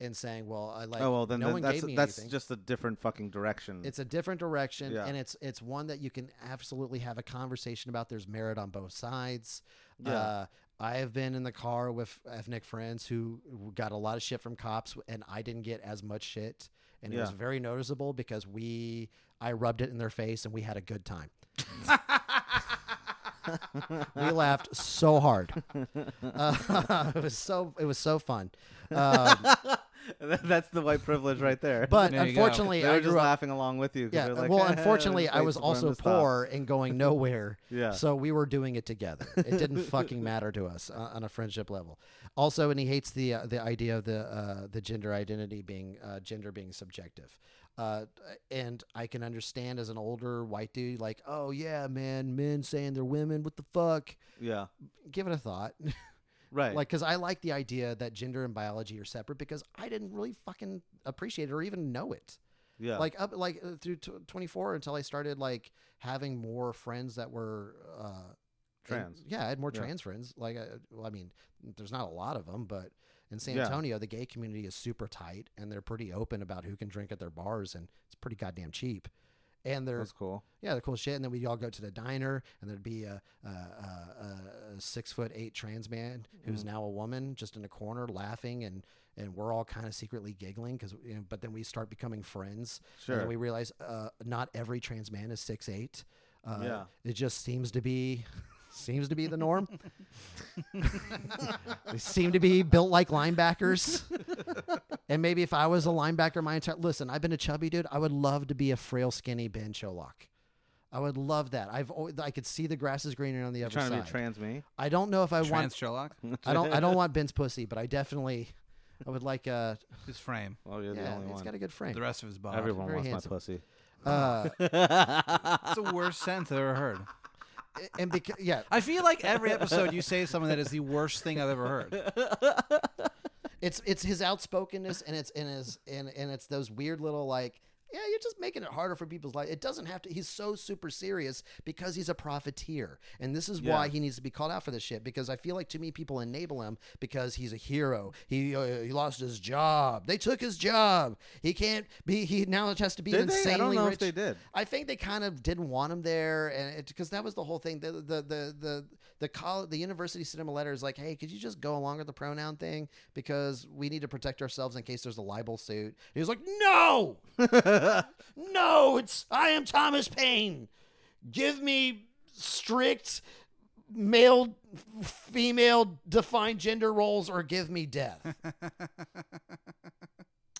and saying well i like
oh well then
no
th-
one
that's
gave me
that's
anything.
just a different fucking direction
It's a different direction,
Mm-hmm. Yeah.
and it's it's one that you can absolutely have a conversation about. There's merit on both sides.
Yeah.
Uh, I have been in the car with ethnic friends who got a lot of shit from cops, and I didn't get as much shit, and it was
Yeah.
very noticeable because we I rubbed it in their face, and we had a good time. we laughed so hard. Uh, it was so it was so fun. Um,
that's the white privilege right there
but
There you go.
unfortunately,
they were
I
just
grew up.
laughing along with you 'cause
Yeah.
they're like,
well,
"Eh,
unfortunately,
just
I
wait
was
for him
also
to stop."
poor and going nowhere.
Yeah.
So we were doing it together. It didn't fucking matter to us uh, on a friendship level. Also, and he hates the uh, the idea of the uh, the gender identity being uh, gender being subjective. Uh, and I can understand as an older white dude, like, oh yeah, man, men saying they're women. What the fuck?
yeah
Give it a thought.
right
Like, because I like the idea that gender and biology are separate because I didn't really fucking appreciate it or even know it
yeah
like up like uh, through t- 24 until I started like having more friends that were uh in-
Trans.
yeah, I had more
Yeah.
trans friends. Like I, well, I mean, there's not a lot of them, but in San
Yeah.
Antonio, the gay community is super tight and they're pretty open about who can drink at their bars and it's pretty goddamn cheap. and they're
That's cool.
yeah, they're cool as shit. And then we'd all go to the diner, and there'd be a, a, a, a six foot eight trans man
Mm-hmm.
who's now a woman, just in a corner laughing, and and we're all kind of secretly giggling because. You know, but then we start becoming friends, and
Sure.
then we realize uh, not every trans man is six eight. Uh,
Yeah.
it just seems to be. Seems to be the norm. they seem to be built like linebackers. and maybe if I was a linebacker my entire listen, I've been a chubby dude. I would love to be a frail, skinny Ben Cholock. I would love that. I've always, I could see the grass is greener on the other
Trying to
side.
be trans me.
I don't know if I
Trans
want.
Sherlock.
I don't. I don't want Ben's pussy, but I definitely. I would like. Uh,
His frame.
Oh, you're the
yeah,
only
it's
one.
got a good frame.
The rest of his body.
Everyone
very
wants
handsome.
my pussy.
Uh,
That's the worst sentence I've ever heard.
and because yeah,
I feel like every episode you say something that is the worst thing I've ever heard.
it's it's his outspokenness and it's and his and and it's those weird little like yeah you're just making it harder for people's life it doesn't have to he's so super serious because he's a profiteer and this is why
Yeah.
he needs to be called out for this shit because i feel like too many people enable him because he's a hero he uh, he lost his job they took his job he can't be he now has to be
Did
insanely
they? I don't know
rich
if they did.
I think they kind of didn't want him there, and because that was the whole thing. The the the the the college, the university sent him a letter is like, hey, could you just go along with the pronoun thing because we need to protect ourselves in case there's a libel suit. And he was like, no, no, it's I am Thomas Paine. Give me strict male, female defined gender roles, or give me death.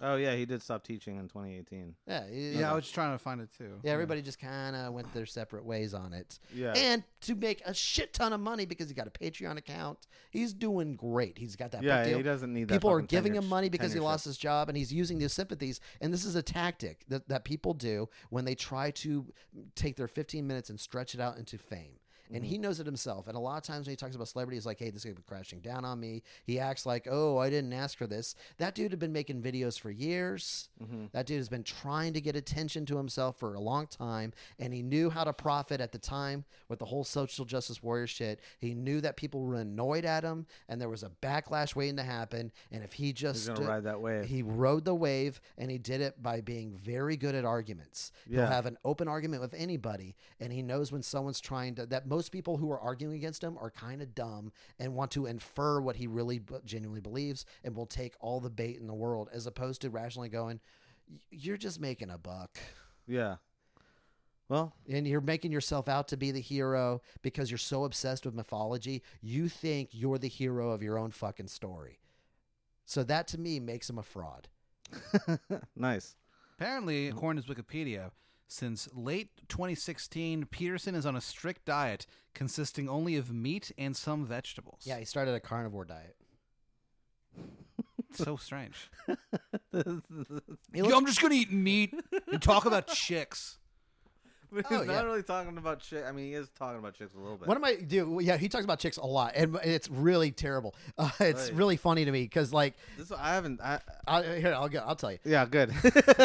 Oh yeah, he did stop teaching in 2018.
yeah,
Yeah, I was just trying to find it too.
yeah. Everybody just kind of went their separate ways on it.
Yeah.
and to make a shit ton of money because he got a Patreon account. He's doing great. He's got that.
yeah,
book deal.
he doesn't need that.
People are
fucking
giving
tenure-
him money because he
tenureship.
lost his job, and he's using these sympathies. And this is a tactic that, that people do when they try to take their 15 minutes and stretch it out into fame. And
Mm-hmm.
he knows it himself. And a lot of times when he talks about celebrity, he's like, hey, this is crashing down on me. He acts like, oh, I didn't ask for this. That dude had been making videos for years.
Mm-hmm.
That dude has been trying to get attention to himself for a long time. And he knew how to profit at the time with the whole social justice warrior shit. He knew that people were annoyed at him and there was a backlash waiting to happen. And if he just
He's gonna
stood-
ride that wave.
he rode the wave and he did it by being very good at arguments. He'll
Yeah.
have an open argument with anybody and he knows when someone's trying to that most people who are arguing against him are kind of dumb and want to infer what he really b- genuinely believes and will take all the bait in the world as opposed to rationally going "Y- you're just making a buck
yeah. Well,
and you're making yourself out to be the hero because you're so obsessed with mythology, you think you're the hero of your own fucking story. So that to me makes him a fraud.
nice.
Apparently, according to Wikipedia, since late 2016, Peterson is on a strict diet consisting only of meat and some vegetables.
Yeah, he started a carnivore diet.
It's so strange.
He
Yo,
looks-
I'm just gonna eat meat and talk about chicks.
But he's
Oh, yeah.
not really talking about chicks. I mean, he is talking about chicks a little bit.
What am I do? Yeah, he talks about chicks a lot, and it's really terrible. Uh, it's
Right.
really funny to me because, like,
This I haven't. I,
I, here I'll go. I'll tell you.
yeah, good.
Here, look.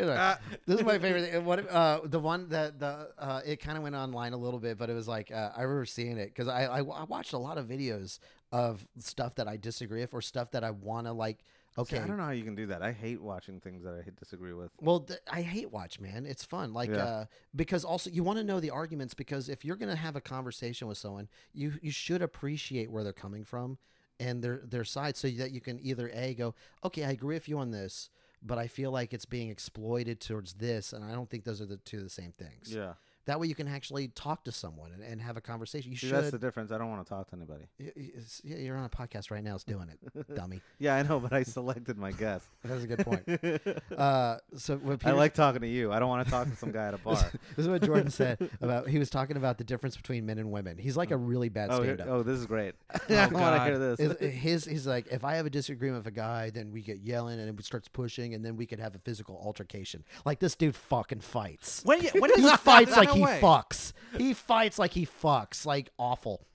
Uh,
this is my favorite thing. What uh, the one that the uh, it kind of went online a little bit, but it was like uh, I remember seeing it because I, I I watched a lot of videos of stuff that I disagree with or stuff that I want to like. Okay,
See, I don't know how you can do that. I hate watching things that I disagree with.
Well, th- I hate watch, man. It's fun, like
Yeah.
uh, because also you want to know the arguments because if you're gonna have a conversation with someone, you you should appreciate where they're coming from and their their side, so that you can either a go, okay, I agree with you on this, but I feel like it's being exploited towards this, and I don't think those are the two of the same things.
Yeah,
That way, you can actually talk to someone and, and have a conversation. You
See,
should.
that's the difference. I don't want to talk to anybody.
y- y- it's- yeah, you're on a podcast right now. It's doing it, dummy.
Yeah, I know, but I selected my guest.
That's a good point. Uh, so when
I
Peter-
like talking to you. I don't want to talk to some guy at a bar.
This is what Jordan said about he was talking about the difference between men and women. He's like a really bad
oh, here-
stand up.
oh, this is great. I want to
God.
hear this.
His he's like if I have a disagreement with a guy, then we get yelling and it starts pushing, and then we could have a physical altercation. Like this dude fucking fights.
When, when
He fights like he fucks. He fights like he fucks. Like awful.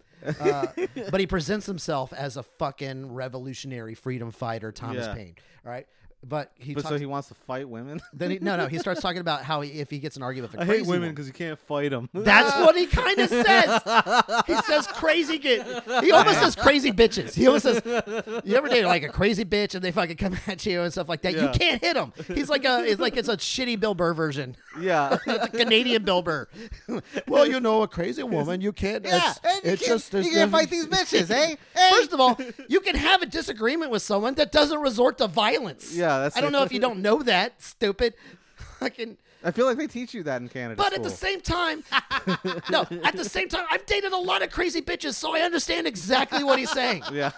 Uh, but he presents himself as a fucking revolutionary freedom fighter, Thomas
Yeah.
Paine. All right. but he
but
talks,
so he wants to fight women.
then he, no no he starts talking about how he, if he gets an argument with
I
a
hate
crazy
women
one-
because you can't fight them.
That's what he kind of says. He says crazy get. He almost says crazy bitches. He almost says you ever date like a crazy bitch and they fucking come at you and stuff like that.
Yeah.
You can't hit him. He's like a it's like it's a shitty Bill Burr version.
yeah.
It's a Canadian Bill Burr. well, you know, a crazy woman, you can't.
Yeah, and you can't, you can't fight these bitches, eh? Hey,
First of all, you can have a disagreement with someone that doesn't resort to violence.
Yeah, that's-
I don't know if you don't know that, stupid. Fucking.
I feel like they teach you that in Canada.
But at the
school.
same time, no, at the same time, I've dated a lot of crazy bitches, so I understand exactly what he's saying.
Yeah.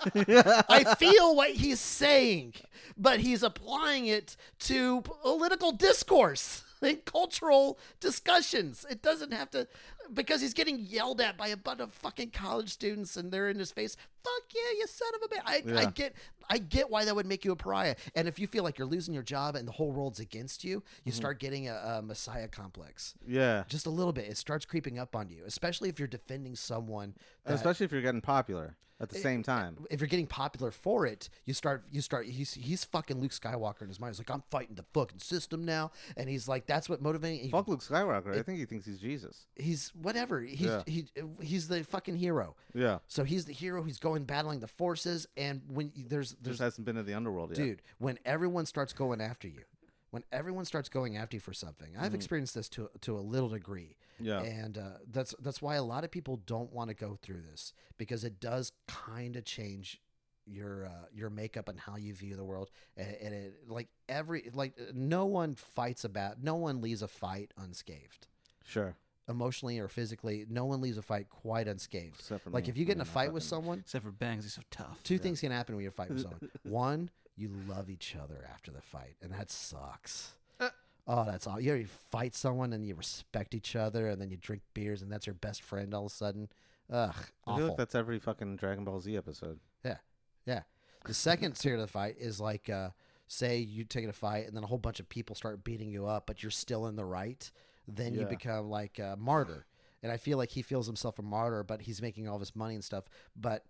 I feel what he's saying, but he's applying it to political discourse and cultural discussions. It doesn't have to, because he's getting yelled at by a bunch of fucking college students, and they're in his face. Fuck yeah, you son of a bitch! I, I
Yeah.
get, I get why that would make you a pariah. And if you feel like you're losing your job and the whole world's against you,
Mm-hmm.
you start getting a, a messiah complex,
yeah.
just a little bit. It starts creeping up on you, especially if you're defending someone.
And
That,
Especially if you're getting popular at the same time.
if you're getting popular for it, you start you start he's he's fucking Luke Skywalker in his mind. He's like, I'm fighting the fucking system now, and he's like, that's what motivating. He,
Fuck Luke Skywalker. I think he thinks he's Jesus.
He's whatever. He's
Yeah.
he he's the fucking hero.
Yeah.
So he's the hero. He's going battling the forces, and when you- there's
Just
there's
hasn't been in the underworld yet.
dude when everyone starts going after you when everyone starts going after you for something i've experienced this to to a little degree
Mm-hmm. Yeah.
and uh, that's that's why a lot of people don't want to go through this because it does kind of change your uh, your makeup and how you view the world and, and it like every like no one fights about no one leaves a fight unscathed
Sure.
emotionally or physically no one leaves a fight quite unscathed
Except for
like
me.
if you get
I
in a
mean, I
fight with
fucking-
someone
Except for Bangs, he's so tough.
Two things can happen when you fight with someone. One, you love each other after the fight, and that sucks. oh, that's all. You, know, you fight someone and you respect each other, and then you drink beers, and that's your best friend all of a sudden. Ugh,
I feel
awful.
like that's every fucking Dragon Ball Z episode.
yeah, yeah. The second tier of the fight is like, uh, say you take a fight, and then a whole bunch of people start beating you up, but you're still in the right. Then you
Yeah.
become like a martyr, and I feel like he feels himself a martyr, but he's making all this money and stuff, but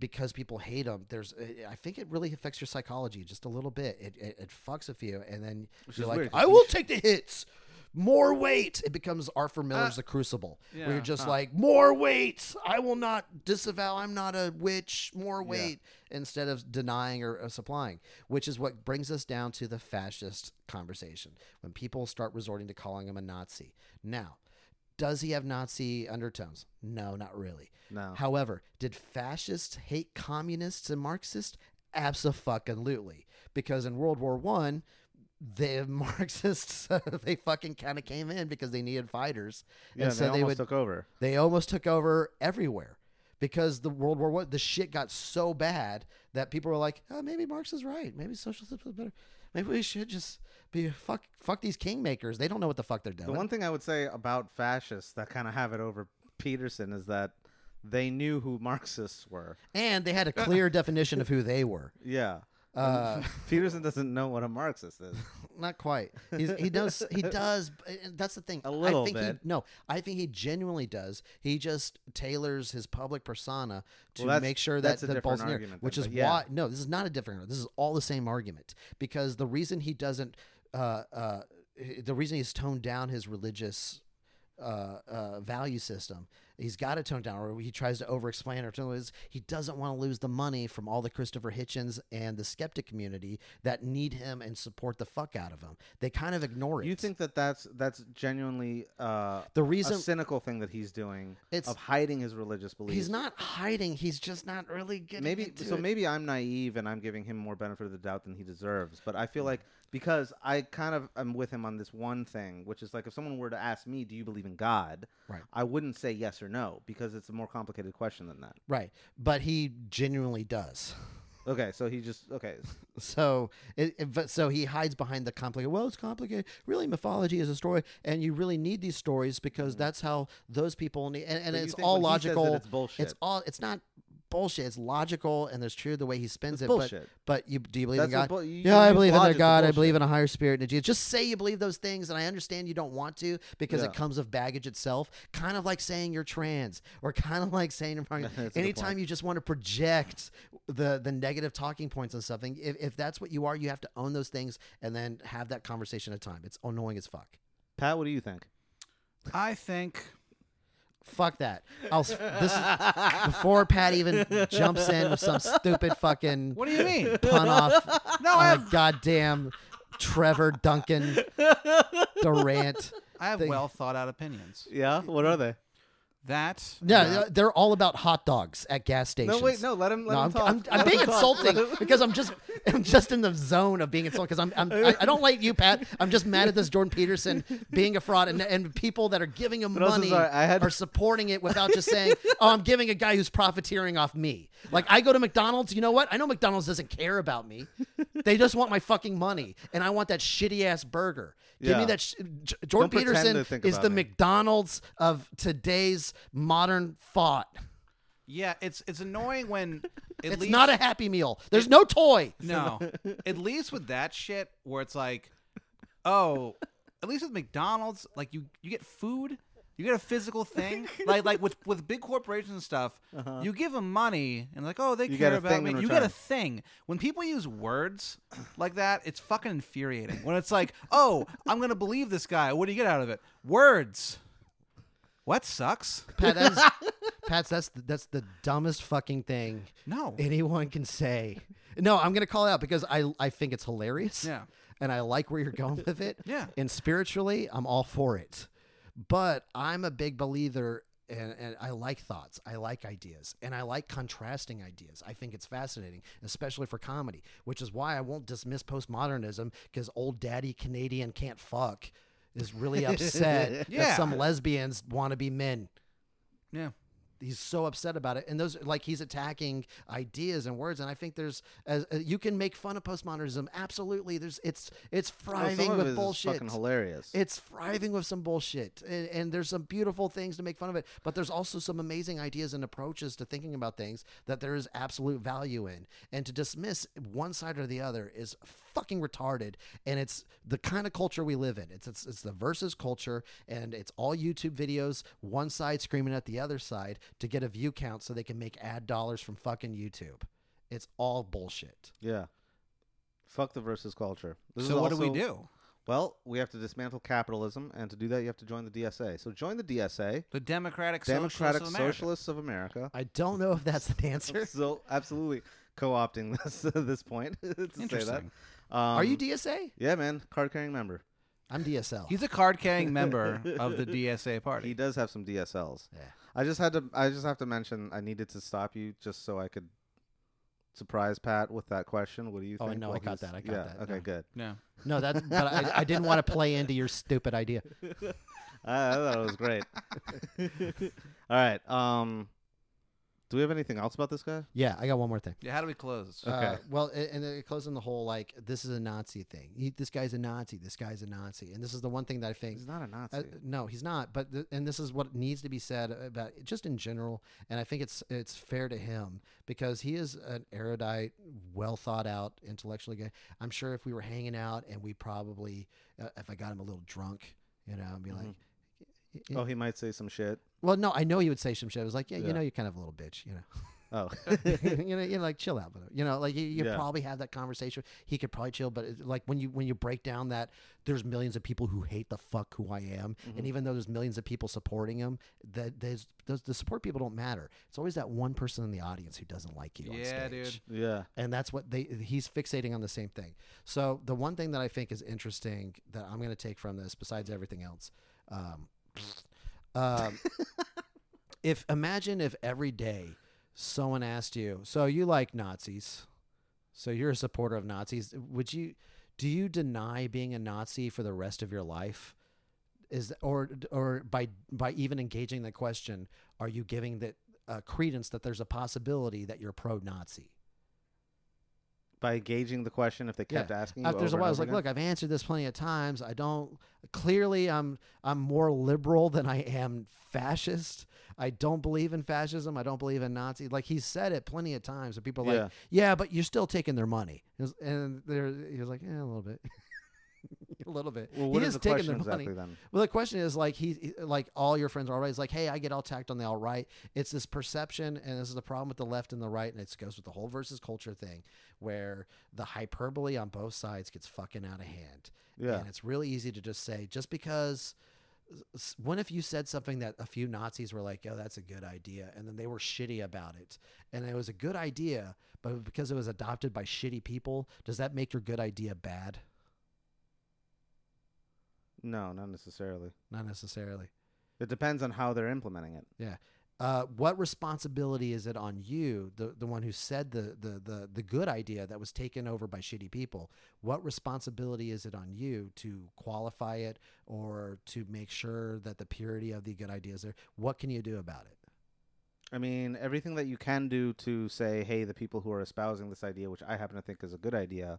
because people hate him, there's. uh, I think it really affects your psychology just a little bit. It it, it fucks with you, and then you're
is
like,
weird, 'cause
I
he
will
sh-
take the hits. More weight. It becomes Arthur Miller's
Uh,
The Crucible, where
yeah,
you're just like, more weight. I will not disavow. I'm not a witch. More weight instead of denying or, or supplying, which is what brings us down to the fascist conversation when people start resorting to calling him a Nazi. Now, does he have Nazi undertones? No, not really.
No.
However, did fascists hate communists and Marxists? Absolutely. Because in World War One, the Marxists they fucking kind of came in because they needed fighters,
Yeah,
and
they
so
almost
they would
took over.
they almost took over everywhere because the World War One the shit got so bad that people were like, oh, maybe Marx is right, maybe socialism is better, maybe we should just be fuck fuck these kingmakers. They don't know what the fuck they're doing.
The one thing I would say about fascists that kind of have it over Peterson is that they knew who Marxists were.
and they had a clear definition of who they were.
Yeah.
Uh,
Peterson doesn't know what a Marxist is.
not quite. He's, he does. He does. and That's the thing.
A little
I think
bit.
He, no, I think he genuinely does. He just tailors his public persona to
Well, that's-
make sure that
that's a
that
different
falls near,
argument then,
which is
but yeah.
why. No, this is not a different. argument. This is all the same argument because the reason he doesn't, uh, uh, the reason he's toned down his religious uh, uh, value system. He's got to tone it down, or he tries to over-explain, or something. Is he doesn't want to lose the money from all the Christopher Hitchens and the skeptic community that need him and support the fuck out of him. They kind of ignore it.
You think that that's that's genuinely uh,
the
a
reason
cynical thing that he's doing
It's-
of hiding his religious beliefs?
he's not hiding, he's just not really getting
maybe
into
so
it.
maybe i'm naive and i'm giving him more benefit of the doubt than he deserves but i
Mm.
feel like because i kind of am with him on this one thing which is like if someone were to ask me do you believe in god
Right.
i wouldn't say yes or no because it's a more complicated question than that
right, but he genuinely does.
okay so he just okay s-
So, it, it- but so he hides behind the complicated. Well, it's complicated. Really, mythology is a story, and you really need these stories because that's how those people need. And,
Mm-hmm.
and
But you
it's
think
all
when he says that
logical.
it's bullshit.
all. It's not bullshit. It's logical and there's true the way he spins
It's
it.
bullshit.
But but you do you believe
That's
in
what
God?
bull- you
yeah, I
use
believe in a
logic for
God. I believe
bullshit.
in a higher spirit and a Jesus. Just say you believe those things, and I understand you don't want to because
Yeah.
it comes of baggage itself. Kind of like saying you're trans, or kind of like saying you're fucking-
That's a good
anytime
point.
you just want to project the the negative talking points on something. If if that's what you are, you have to own those things and then have that conversation at a time. It's annoying as fuck.
Pat, what do you think?
I think
Fuck that. I'll s- this is before Pat even jumps in with some stupid fucking
What do you mean?
pun off
No, I
on
have
a goddamn Trevor Duncan Durant.
I have
thing.
well thought out opinions.
Yeah, what are they?
That
No,
that-
they're all about hot dogs at gas stations.
No, wait, no, let him let
No,
him
I'm,
talk.
I'm, I'm
Let
being
him talk.
insulting because I'm just I'm just in the zone of being insulted because I'm, I'm I, I don't like you, Pat. I'm just mad at this Jordan Peterson being a fraud and, and people that are giving him
also,
money
sorry, I had-
are supporting it without just saying, "Oh, I'm giving a guy who's profiteering off me." Like I go to McDonald's, you know what? I know McDonald's doesn't care about me. They just want my fucking money, and I want that shitty ass burger. Give me
Yeah.
that. Sh- J-
Don't
Jordan
pretend
Peterson
to think
is
about
the
me.
McDonald's of today's modern thought.
yeah, it's it's annoying when at
It's
least
not a Happy Meal. There's no toy.
No. at least with that shit where it's like, oh, at least with McDonald's, like you you get food, you get a physical thing. like like with with big corporations and stuff, you give them money and like, oh, they
Uh-huh. You get
care
a
about
thing
me.
in
You get a
return.
thing. When people use words like that, it's fucking infuriating. When it's like, oh, I'm going to believe this guy. What do you get out of it? Words. What sucks?
Pat, that is, Pat's that's the, that's the dumbest fucking thing
No.
anyone can say. No, I'm gonna call it out because I I think it's hilarious.
Yeah.
and I like where you're going with it.
Yeah.
and spiritually, I'm all for it. But I'm a big believer. And, and I like thoughts. I like ideas. And I like contrasting ideas. I think it's fascinating, especially for comedy, which is why I won't dismiss postmodernism because old daddy Canadian can't fuck is really upset
Yeah.
that some lesbians want to be men
Yeah.
he's so upset about it and those like he's attacking ideas and words and i think there's as uh, you can make fun of postmodernism absolutely there's it's it's
No, Oh, some
thriving
of it
with
is
bullshit
fucking hilarious.
it's thriving with some bullshit and, and there's some beautiful things to make fun of it but there's also some amazing ideas and approaches to thinking about things that there is absolute value in and to dismiss one side or the other is fucking retarded and it's the kind of culture we live in it's it's, it's the versus culture and it's all youtube videos one side screaming at the other side to get a view count so they can make ad dollars from fucking youtube it's all bullshit
yeah. Fuck the versus culture. This
So
is
what do we
also-
do?
Well, we have to dismantle capitalism, and to do that, you have to join the DSA. So join the DSA,
The Democratic,
Democratic
Socialists of America.
Socialists of America.
i don't know if that's the answer
So absolutely co-opting this at this point to say that. Um,
Interesting.
are you dsa
yeah, man, card-carrying member.
i'm dsl
He's a card carrying member of the DSA party.
He does have some DSLs.
Yeah.
I just had to. I just have to mention. I needed to stop you just so I could surprise Pat with that question. What do you
Oh, I
think?
know, I
while
got
he's-
that, I got
yeah,
that,
Okay.
no.
Good.
no.
No, that's but I, I didn't want to play into your stupid idea.
I, I thought it was great. All right. Um, do we have anything else about this guy?
Yeah, I got one more thing.
Yeah, how do we close?
Uh,
Okay.
well, a- and it closed on the whole like this is a Nazi thing. He, this guy's a Nazi. This guy's a Nazi, and this is the one thing that I think.
He's not a Nazi.
Uh, no, he's not. But th- and this is what needs to be said about just in general, and I think it's it's fair to him because he is an erudite, well thought out, intellectually guy. I'm sure if we were hanging out and we probably, uh, if I got him a little drunk, you know, and be like, "Y- y-
oh, he might say some shit.
well, no, I know you would say some shit. I was like, yeah,
Yeah.
you know, you're kind of a little bitch, you know.
Oh,
you know, you know, like chill out, but you know, like you, you
Yeah.
probably have that conversation. He could probably chill, but it, like when you when you break down that there's millions of people who hate the fuck who I am, and even though there's millions of people supporting him, that there's those the support people don't matter. It's always that one person in the audience who doesn't like you. on
Yeah,
stage
dude.
yeah.
and that's what they he's fixating on the same thing. So the one thing that I think is interesting that I'm going to take from this, besides everything else, um, um, if imagine if every day someone asked you, "So you like Nazis? So you're a supporter of Nazis? Would you do you deny being a Nazi for the rest of your life?" Is or or by by even engaging the question, are you giving that uh, credence that there's a possibility that you're pro-Nazi?
by gauging the question if they kept asking you
After
over
a
and
while, I was
over
like,
again?
"Look, I've answered this plenty of times. I don't. Clearly, I'm I'm more liberal than I am fascist. I don't believe in fascism. I don't believe in Nazi. Like he said it plenty of times, and people are like, "Yeah, but you're still taking their money." It was- And they're he was like, "Yeah, a little bit." A little bit.
Well, what
he
is
is
the
taking
question
their money.
exactly then?
Well, the question is like he, he- like all your friends are always like, hey, I get all tacked on the all right. It's this perception, and this is the problem with the left and the right, and it goes with the whole versus culture thing, where the hyperbole on both sides gets fucking out of hand.
Yeah.
and it's really easy to just say just because. s- What if you said something that a few Nazis were like, "Oh, that's a good idea," and then they were shitty about it, and it was a good idea, but because it was adopted by shitty people, does that make your good idea bad?
No, not necessarily.
Not necessarily.
It depends on how they're implementing it.
uh, what responsibility is it on you, the, the one who said the, the, the, the good idea that was taken over by shitty people? What responsibility is it on you to qualify it or to make sure that the purity of the good idea is there? What can you do about it?
I mean, everything that you can do to say, hey, the people who are espousing this idea, which I happen to think is a good idea,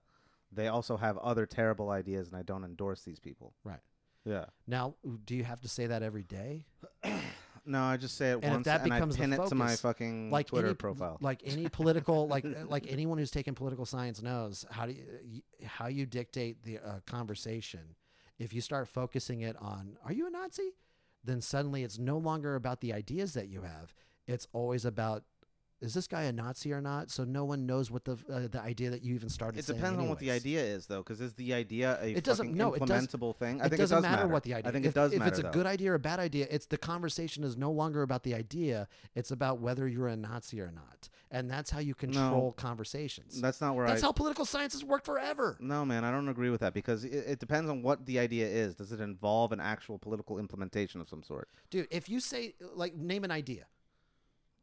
they also have other terrible ideas, and I don't endorse these people.
Right.
Yeah.
Now, do you have to say that every day?
No, I just say it
if
once
that
and I
becomes the
pin it to my
focus,
fucking
like
Twitter
any,
profile.
Like any political, like uh, like anyone who's taken political science knows how do you, how you dictate the uh, conversation. If you start focusing it on "Are you a Nazi?" then suddenly it's no longer about the ideas that you have. It's always about is this guy a Nazi or not? So no one knows what the uh, the idea that you even started.
it
saying
depends on what the
anyways.
idea is, though, because is the idea a
It doesn't-
fucking
no, it does-
implementable thing? I
it
think
doesn't
it does
matter, what the idea.
I think
if,
it does
if
matter.
it's a
though.
good idea or a bad idea, it's the conversation is no longer about the idea. It's about whether you're a Nazi or not, and that's how you control conversations.
That's not where
That's
I.
how political science has worked forever.
No, man, I don't agree with that because it, it depends on what the idea is. Does it involve an actual political implementation of some sort?
Dude, if you say, like, name an idea,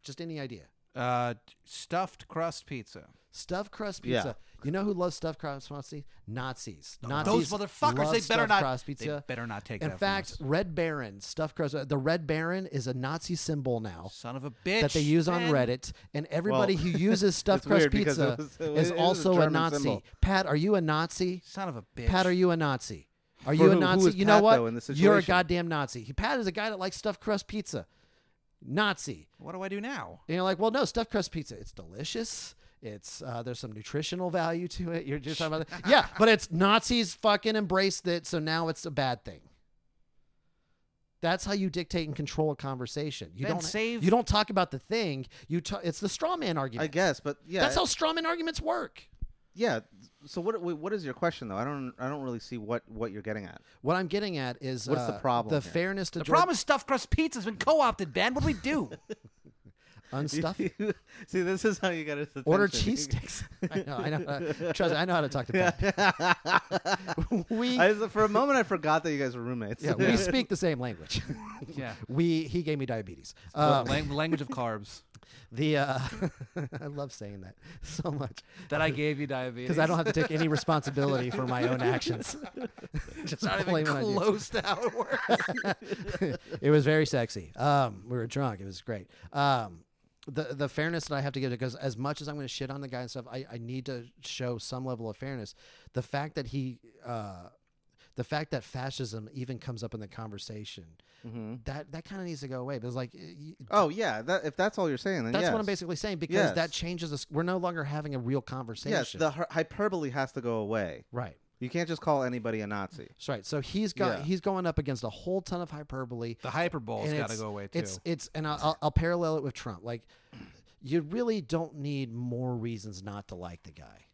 just any idea.
Uh, stuffed crust pizza.
Stuffed crust
Yeah.
pizza. You know who loves stuffed crust pizza? Nazis.
Those
Nazis
motherfuckers.
love
They better
stuffed
not.
Crust pizza.
They better not take
In
that.
fact,
from
Red Baron stuffed crust. uh, The Red Baron is a Nazi symbol now.
us. son of a bitch
that they use on
Ben.
Reddit, and everybody who uses stuffed
it's
crust
weird because it
pizza
was- it
is
is a
also a
German
Nazi.
symbol.
Pat, are you a Nazi?
Son of a bitch.
Pat, are you a Nazi?
For
Are you a
who- who
Nazi?
is
you know
Pat,
what?
though, in this
You're a
situation?
goddamn Nazi. He- Pat is a guy that likes stuffed crust pizza. Nazi.
What do I do now?
And you're like, well, no, stuffed crust pizza. It's delicious. It's uh, there's some nutritional value to it. You're just talking about that. Yeah, but it's Nazis fucking embraced it, so now it's a bad thing. That's how you dictate and control a conversation. You
Ben,
don't
save-
you don't talk about the thing. You ta- it's the straw man
I
argument.
guess, but yeah,
That's how straw man arguments work.
yeah. So what? wait, What is your question though? I don't. I don't really see what what you're getting at.
What I'm getting at is
What's the
uh,
problem
The
here?
fairness to
The
Jordan-
problem is stuffed crust pizza's been co-opted, Ben. What do we do?
unstuff.
see, this is how you get his attention.
Order cheese sticks. I know. I know. Trust me, I know how to talk to Pat. we
I, for a moment, I forgot that you guys were roommates.
yeah, we speak the same language.
yeah.
we he gave me diabetes.
Uh,
Um,
language of carbs.
the uh, I love saying that so much
That I gave you diabetes.
because I don't have to take any responsibility for my own actions. Just
It's not even
blame it on you.
close to how it works.
it was very sexy. Um, we were drunk. It was great. Um, the the fairness that I have to give it because as much as I'm going to shit on the guy and stuff, I, I need to show some level of fairness. The fact that he, uh, the fact that fascism even comes up in the conversation, that that kind of needs to go away. Because like, y-
Mm-hmm. Oh yeah. That, if that's all you're saying, then
that's
yes.
what I'm basically saying because
Yes.
that changes. Us. We're no longer having a real conversation.
Yes, the hy- hyperbole has to go away.
right.
You can't just call anybody a Nazi.
That's right. So he's got
Yeah.
he's going up against a whole ton of hyperbole.
The hyperbole's
And
got to
it's-
go away too.
It's it's and I'll, I'll, I'll parallel it with Trump. Like, you really don't need more reasons not to like the guy.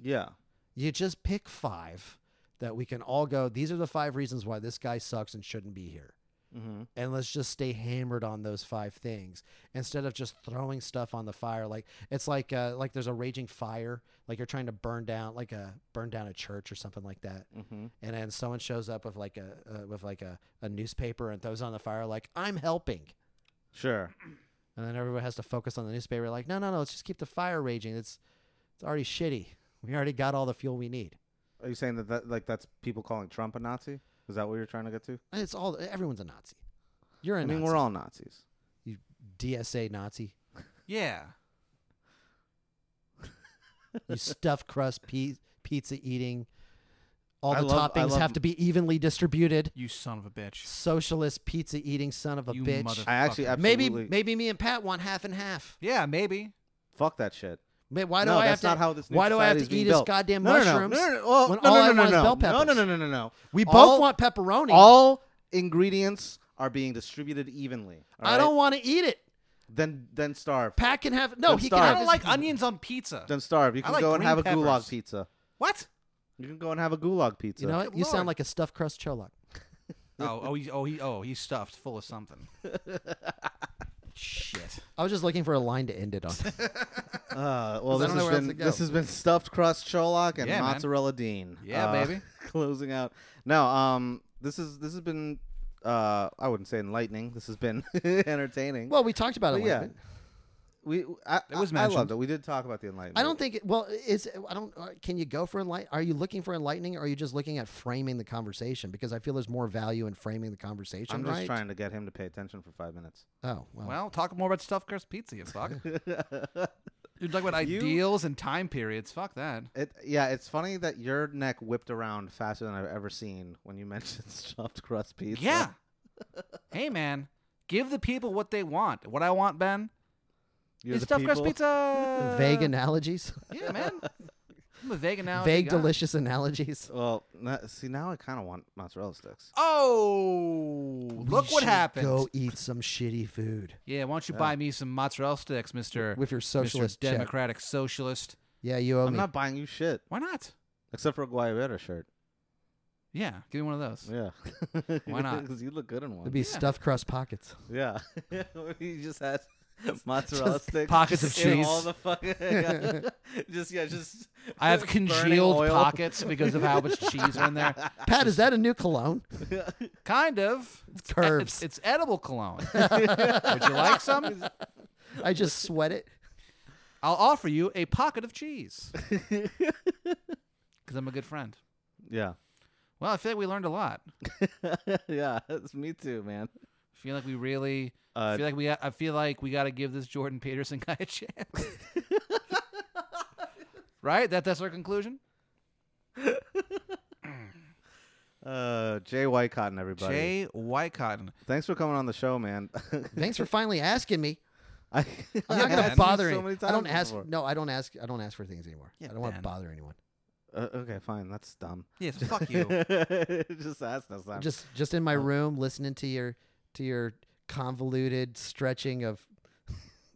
Yeah.
You just pick five that we can all go. These are the five reasons why this guy sucks and shouldn't be here.
Mm-hmm.
And let's just stay hammered on those five things instead of just throwing stuff on the fire. Like it's like uh, like there's a raging fire, like you're trying to burn down like a burn down a church or something like that
Mm-hmm.
and then someone shows up with like a uh, with like a, a newspaper and throws it on the fire like i'm helping
Sure.
and then everyone has to focus on the newspaper like no no no let's just keep the fire raging it's it's already shitty we already got all the fuel we need
Are you saying that, that like that's people calling Trump a Nazi? Is that what you're trying to get to?
And it's all everyone's a nazi you're a
I mean,
nazi
we're all Nazis.
you dsa nazi
yeah.
you stuffed crust pe- pizza eating. All
I
the
love- I
toppings
love-
have to be evenly distributed.
You son of a bitch.
Socialist pizza eating son of a
You
bitch.
mother-
I actually
Fucker.
absolutely
maybe maybe me and Pat want half and half.
Yeah, maybe.
fuck that shit.
Man, why do
no,
I
that's
have
not
to?
how this. New
why do I
society
have to
is being
eat his
built.
goddamn
no, no, no,
mushrooms
No, no, no, Well,
when
no,
all
no,
I
no,
want is
no, no,
bell peppers?
no, no, no, no, no.
we both
All-
want pepperoni.
All ingredients are being distributed evenly. all
I
right?
don't want to eat it.
Then then starve.
Pat can have no.
Then
He
starve.
can
I
have
don't
his-
like onions on pizza.
Then starve. You
I
can
like
go and
green
have a
peppers.
gulag pizza.
What?
You can go and have a gulag pizza.
You know what? You
Lord.
sound like a stuffed crust cholock.
Oh, oh, he, oh, he, oh, he's stuffed full of something. Shit.
I was just looking for a line to end it on.
Uh, well, this
don't
has
know where else
been
to
this
go.
has been stuffed crust Cholak and
Yeah, man.
mozzarella Dean.
Yeah,
Uh,
baby.
Closing out. No, um, this is this has been uh, I wouldn't say enlightening. This has been entertaining.
well, we talked about
But
it.
yeah,
Yeah.
we I,
It was
I- I
mentioned.
loved it. We did talk about the enlightenment.
I don't think. It, well, it's. I don't. uh, Can you go for enlight? Are you looking for enlightening, or are you just looking at framing the conversation? Because I feel there's more value in framing the conversation.
I'm just
right?
trying to get him to pay attention for five minutes.
Oh well.
Well, talk more about stuffed crust pizza, you fuck. You're talking about ideals and time periods. Fuck that.
It yeah, it's funny that your neck whipped around faster than I've ever seen when you mentioned stuffed crust pizza.
Yeah. hey, man, give the people what they want. What I want, Ben,
You're
is
the
stuffed crust
people.
pizza.
vague analogies.
Yeah, man. I'm a vegan uh, now.
vague, delicious analogies.
Well, na- see now I kind of want mozzarella sticks.
Oh, look
You
what
should
happened.
Go eat some shitty food
Yeah, why don't you buy me some mozzarella sticks, Mister
with your socialist check.
Democratic Socialist?
Yeah, you owe
I'm
me.
not buying you shit
Why not?
except for a Guayabera shirt.
Yeah, give me one of those.
Yeah.
Why not?
Because you look good in one.
It'd be stuffed crust pockets.
yeah. you just had mozzarella
Just
sticks,
pockets of
in All
cheese.
the fucking. yeah. just yeah, just.
I have
burning
congealed
oil.
pockets because of how much cheese are in there.
Pat, is that a new cologne?
Kind of. It's-
curves.
It's, it's edible cologne. Would you like some?
I just sweat it.
I'll offer you a pocket of cheese. Because I'm a good friend.
Yeah.
Well, I feel like we learned a lot. I
yeah. It's me too, man.
feel like we really. I
Uh,
feel like we. I feel like we got to give this Jordan Peterson guy a chance. right. That that's our conclusion.
Uh, Jay Whitecotton, everybody.
Jay Whitecotton.
Thanks for coming on the show, man.
Thanks for finally asking me.
I,
I'm not
I
gonna
asked you
bother.
so
any-
many
I don't
times
ask.
before.
No, I don't ask. I don't ask for things anymore. I don't want to
Ben.
bother anyone.
Uh, okay, fine. That's dumb.
Yes. Fuck you.
just ask us. That.
Just, just in my room, listening to your, to your convoluted stretching of.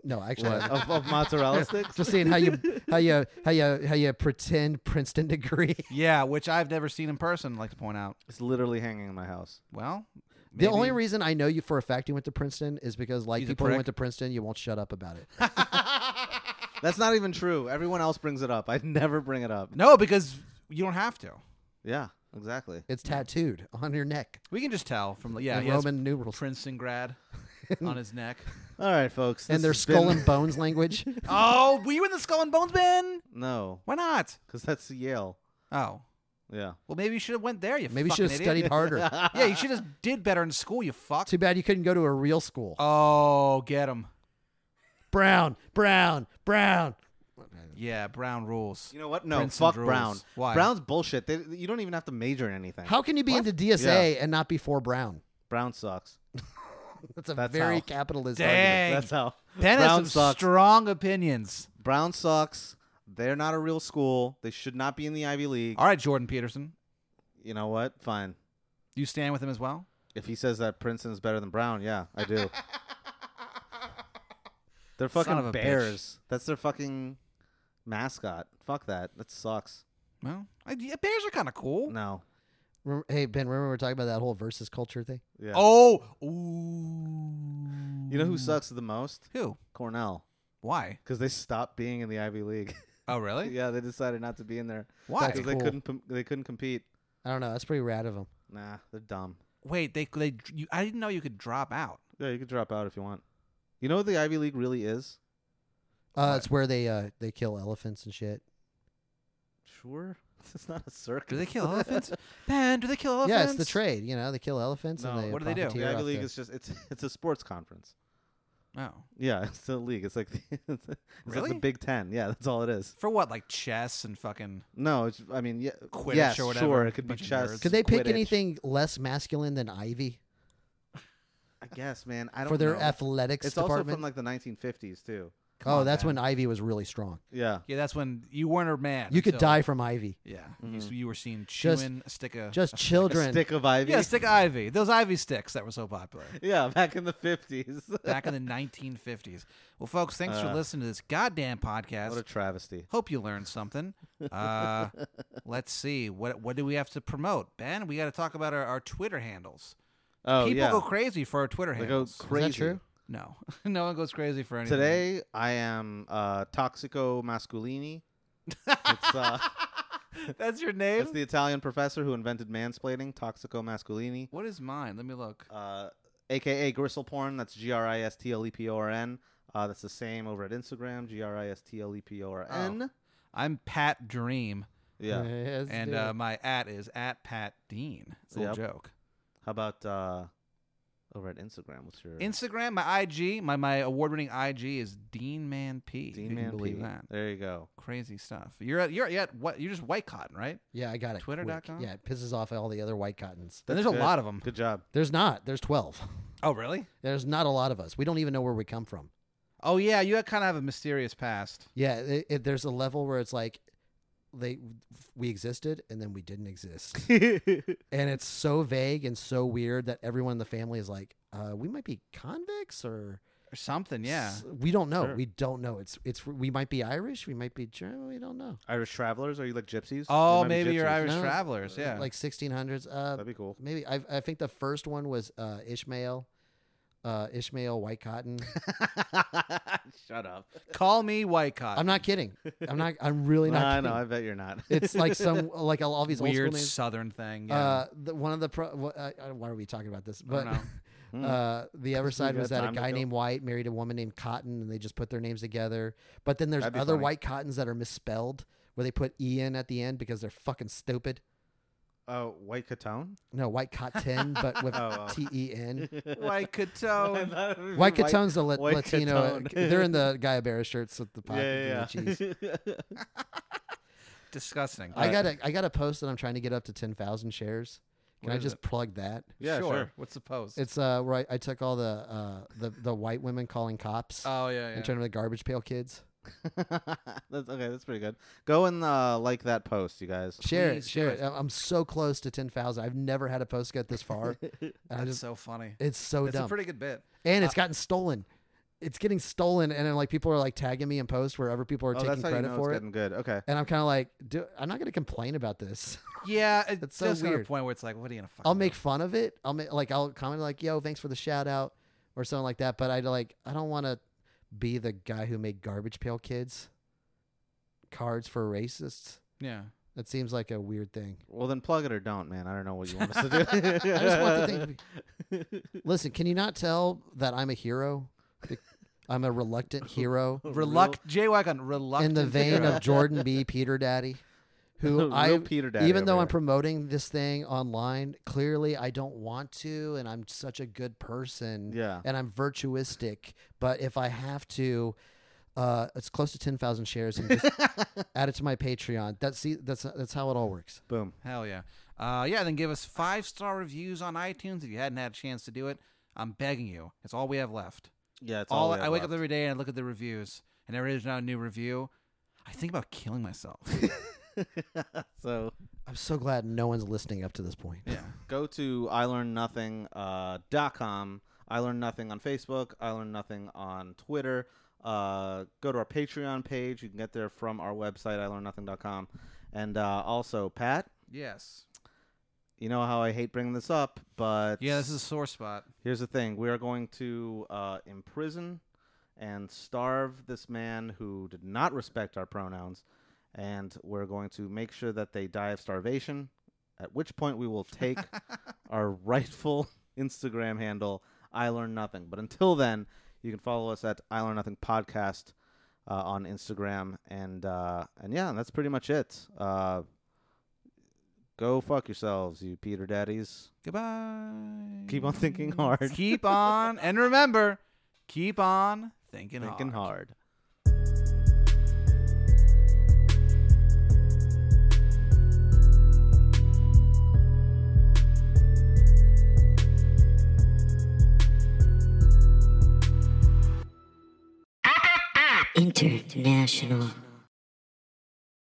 No, actually,
what
I'm
of, of mozzarella sticks.
just seeing how you, how you, how you, how you pretend Princeton degree.
Yeah, which I've never seen in person. I'd like to point out.
It's literally hanging in my house.
Well,
The only
maybe-
reason I know you for a fact you went to Princeton is because, like
He's a
people who
prick.
went to Princeton, you won't shut up about it.
That's not even true. Everyone else brings it up. I never bring it up.
no, because you don't have to.
Yeah, exactly.
It's tattooed on your neck.
We can just tell from yeah,
in
he has
Roman numerals.
Princeton grad on his neck.
All right, folks.
And
this
their
has
skull
been-
and bones language.
Oh, were you in the Skull and Bones bin?
No,
Why not?
because that's Yale.
Oh,
Yeah.
well, maybe you should have went there. You
Maybe you
fucking
should have
idiot.
studied harder.
yeah, you should have did better in school. You fuck.
Too bad you couldn't go to a real school.
Oh, get him.
Brown, Brown, Brown.
Yeah, Brown rules.
You know what? No,
Princeton
fuck
rules.
Brown.
Why?
Brown's bullshit. They, you don't even have to major in anything.
How can you be into DSA and not be for Brown?
Brown sucks.
That's a
That's
very
how.
capitalist argument.
Dang.
That's how.
Ben has
Brown
some
sucks.
strong opinions.
Brown sucks. They're not a real school. They should not be in the Ivy League.
All right, Jordan Peterson,
You know what? Fine.
you stand with him as well.
If he says that Princeton is better than Brown, yeah, I do. They're fucking
of a bitch.
bears. That's their fucking mascot. Fuck that. That sucks.
Well, I, yeah, bears are kind of cool.
No.
Remember- Hey Ben, remember we were talking about that whole versus culture thing?
Yeah.
Oh, ooh.
You know who sucks the most?
Who?
Cornell.
Why?
Because they stopped being in the Ivy League.
Oh, really?
yeah, they decided not to be in there.
Why?
Because they
Cool.
couldn't. pom- They couldn't compete.
I don't know. That's pretty rad of him.
Nah, they're dumb.
Wait, they they you, I didn't know you could drop out.
Yeah, you could drop out if you want. You know what the Ivy League really is?
Uh, it's where they uh, they kill elephants and shit.
Sure, it's not a circus.
Do they kill elephants? Ben, do they kill elephants?
Yeah, it's the trade. You know, they kill elephants
No,
and they
what do they do?
profiteer
The Ivy
off
League
the-
is just it's it's a sports conference.
Oh,
Yeah, it's the league. It's like the, it's like
Really?
the Big Ten. Yeah, that's all it is.
for what? Like chess and fucking.
No, it's, I mean, yeah,
Quidditch
yes,
or whatever,
sure, it could be
bunch of
chess.
nerds.
Could they pick
Quidditch.
anything less masculine than Ivy
I guess, man. I don't
for their
know.
athletics
It's also
department?
from like the 1950s too.
come
oh,
on,
that's
man.
when Ivy was really strong.
Yeah.
Yeah, that's when you weren't a man.
You could
until-
die from Ivy.
Yeah,
Mm-hmm.
you, s- you were seen
Just-
chewing a stick of
Just
A
children.
stick of ivy.
yeah, stick of ivy. Those ivy sticks that were so popular
Yeah, back in the 50s.
back in the 1950s. Well, folks, thanks for
Uh,
listening to this goddamn podcast.
what a travesty.
Hope you learned something. Uh, let's see what what do we have to promote, Ben? We got to talk about our, our Twitter handles.
Oh
People
yeah.
go crazy for our Twitter
they go
handles.
crazy.
true?
no, no one goes crazy for anything.
Today I am uh, Toxico Masculini. it's uh,
that's your name.
it's the Italian professor who invented mansplaining, Toxico Masculini,
what is mine? Let me look.
uh, aka Gristle Porn. That's G R I S T L E P O R N. Uh, that's the same over at Instagram, G R I S T L E P O R
Oh,
N.
I'm Pat Dream,
Yeah. um,
Yes,
and
dude.
uh, my at is at Pat Dean. It's a little
Yep.
joke.
How about uh, over at Instagram? What's your
Instagram, my IG, my my award winning IG is Dean Man P. if you
Dean
can
Man
believe
P.
that.
There you go.
Crazy stuff. You're at, you're at what? You're just white cotton, right?
yeah, I got it. quick.
Twitter.com?
Yeah, it pisses off all the other white cottons.
And there's a
good.
lot of them.
Good job.
There's not. There's 12.
Oh, really?
There's not a lot of us. We don't even know where we come from.
Oh yeah, you kind of have a mysterious past.
Yeah, it, it, there's a level where it's like they we existed and then we didn't exist. and it's so vague and so weird that everyone in the family is like, uh, we might be convicts or
or something. Yeah,
s- we don't know.
Sure.
We don't know. It's it's we might be Irish, we might be German, we don't know.
Irish travelers? Are you like gypsies? You
Oh,
might be
maybe you're
gypsies.
Irish
No,
travelers. Yeah,
Like 1600s. Uh,
That'd be cool.
maybe I I think the first one was uh, Ishmael uh, Ishmael White Cotton.
Shut up.
call me white cotton.
I'm not kidding. I'm not I'm really not
I
kidding.
know. I bet you're not.
It's like some like all these old
weird
school names.
Southern thing. Yeah.
Uh, the, one of the pro. wh- uh, uh, why are we talking about this?
I don't
But
know.
Hmm.
uh, the other
we
side was
got
that a
time to
guy
kill.
named White married a woman named Cotton, and they just put their names together. But then there's
That'd be
other
funny.
White Cottons that are misspelled, where they put E N at the end because they're fucking stupid.
oh, White Catone?
No, White Cotton, but with
Oh, oh.
T E N.
white Catone.
White Catone's the la-
White
Latino. uh,
Catone.
They're in the Guy Bear shirts with the pot
Yeah,
and
yeah,
the cheese.
yeah.
Disgusting.
I
Alright.
got a I got a post that I'm trying to get up to ten thousand shares. Can
What
I
is
just plug that?
Yeah,
sure.
sure.
What's the post?
It's uh where I, I took all the uh the, the white women calling cops
oh yeah, yeah.
and turned them into garbage pail kids.
that's okay. That's pretty good. Go and uh, like that post, you guys.
Share
Please
it,
do
share
it.
it. I- I'm so close to ten thousand. I've never had a post get this far. and I
That's
just,
so funny.
it's so
It's a
dumb,
pretty uh good bit.
and it's gotten stolen. It's getting stolen, and then like people are like tagging me in posts wherever people are
Oh,
taking
that's how you
credit
know it's
for it.
getting good. Okay.
And I'm kind of like, do, I'm not gonna complain about this.
Yeah, it's
That's so
just got to a
weird.
point where it's like, what are you gonna? Fucking
I'll
do?
make fun of it. I'll make like I'll comment like, "Yo, thanks for the shout out" or something like that. But I like I don't want to be the guy who made garbage pail kids cards for racists.
Yeah.
That seems like a weird thing.
Well, then plug it or don't, man. I don't know what you want us to do.
I just want the thing to be. Listen, can you not tell that I'm a hero? Be- I'm a reluctant hero
Oh,
Reluct JWAG on reluctant
in the vein
hero.
of Jordan B. Peter Daddy, who
Real
I
Peter Daddy
even though
over
I'm
here.
promoting this thing online, clearly I don't want to, and I'm such a good person.
Yeah.
and I'm virtuistic. But if I have to, uh, it's close to ten thousand shares, and just add it to my Patreon. That's see, that's that's how it all works.
Boom.
Hell yeah. Uh, yeah, then give us five star reviews on iTunes if you hadn't had a chance to do it. I'm begging you. It's all we have left.
Yeah, it's all.
all
we
I
have
wake
left.
up every day and I look at the reviews, and every day there's not a new review. I think about killing myself.
so
I'm so glad no one's listening up to this point.
yeah.
go to I learn nothing uh, dot com. I learn nothing on Facebook. I learn nothing on Twitter. Uh, go to our Patreon page. You can get there from our website, I learn nothing.com. And uh, also, Pat,
Yes.
you know how I hate bringing this up, but
Yeah, this is a sore spot.
here's the thing: we are going to uh, imprison and starve this man who did not respect our pronouns, and we're going to make sure that they die of starvation. At which point, we will take our rightful Instagram handle. I learn nothing. But until then, you can follow us at I learn nothing podcast uh, on Instagram, and uh, and yeah, that's pretty much it. Uh, go fuck yourselves, you Peter daddies.
Goodbye.
Keep on thinking hard.
Keep on. And remember, Keep on thinking,
Thinking hard.
International.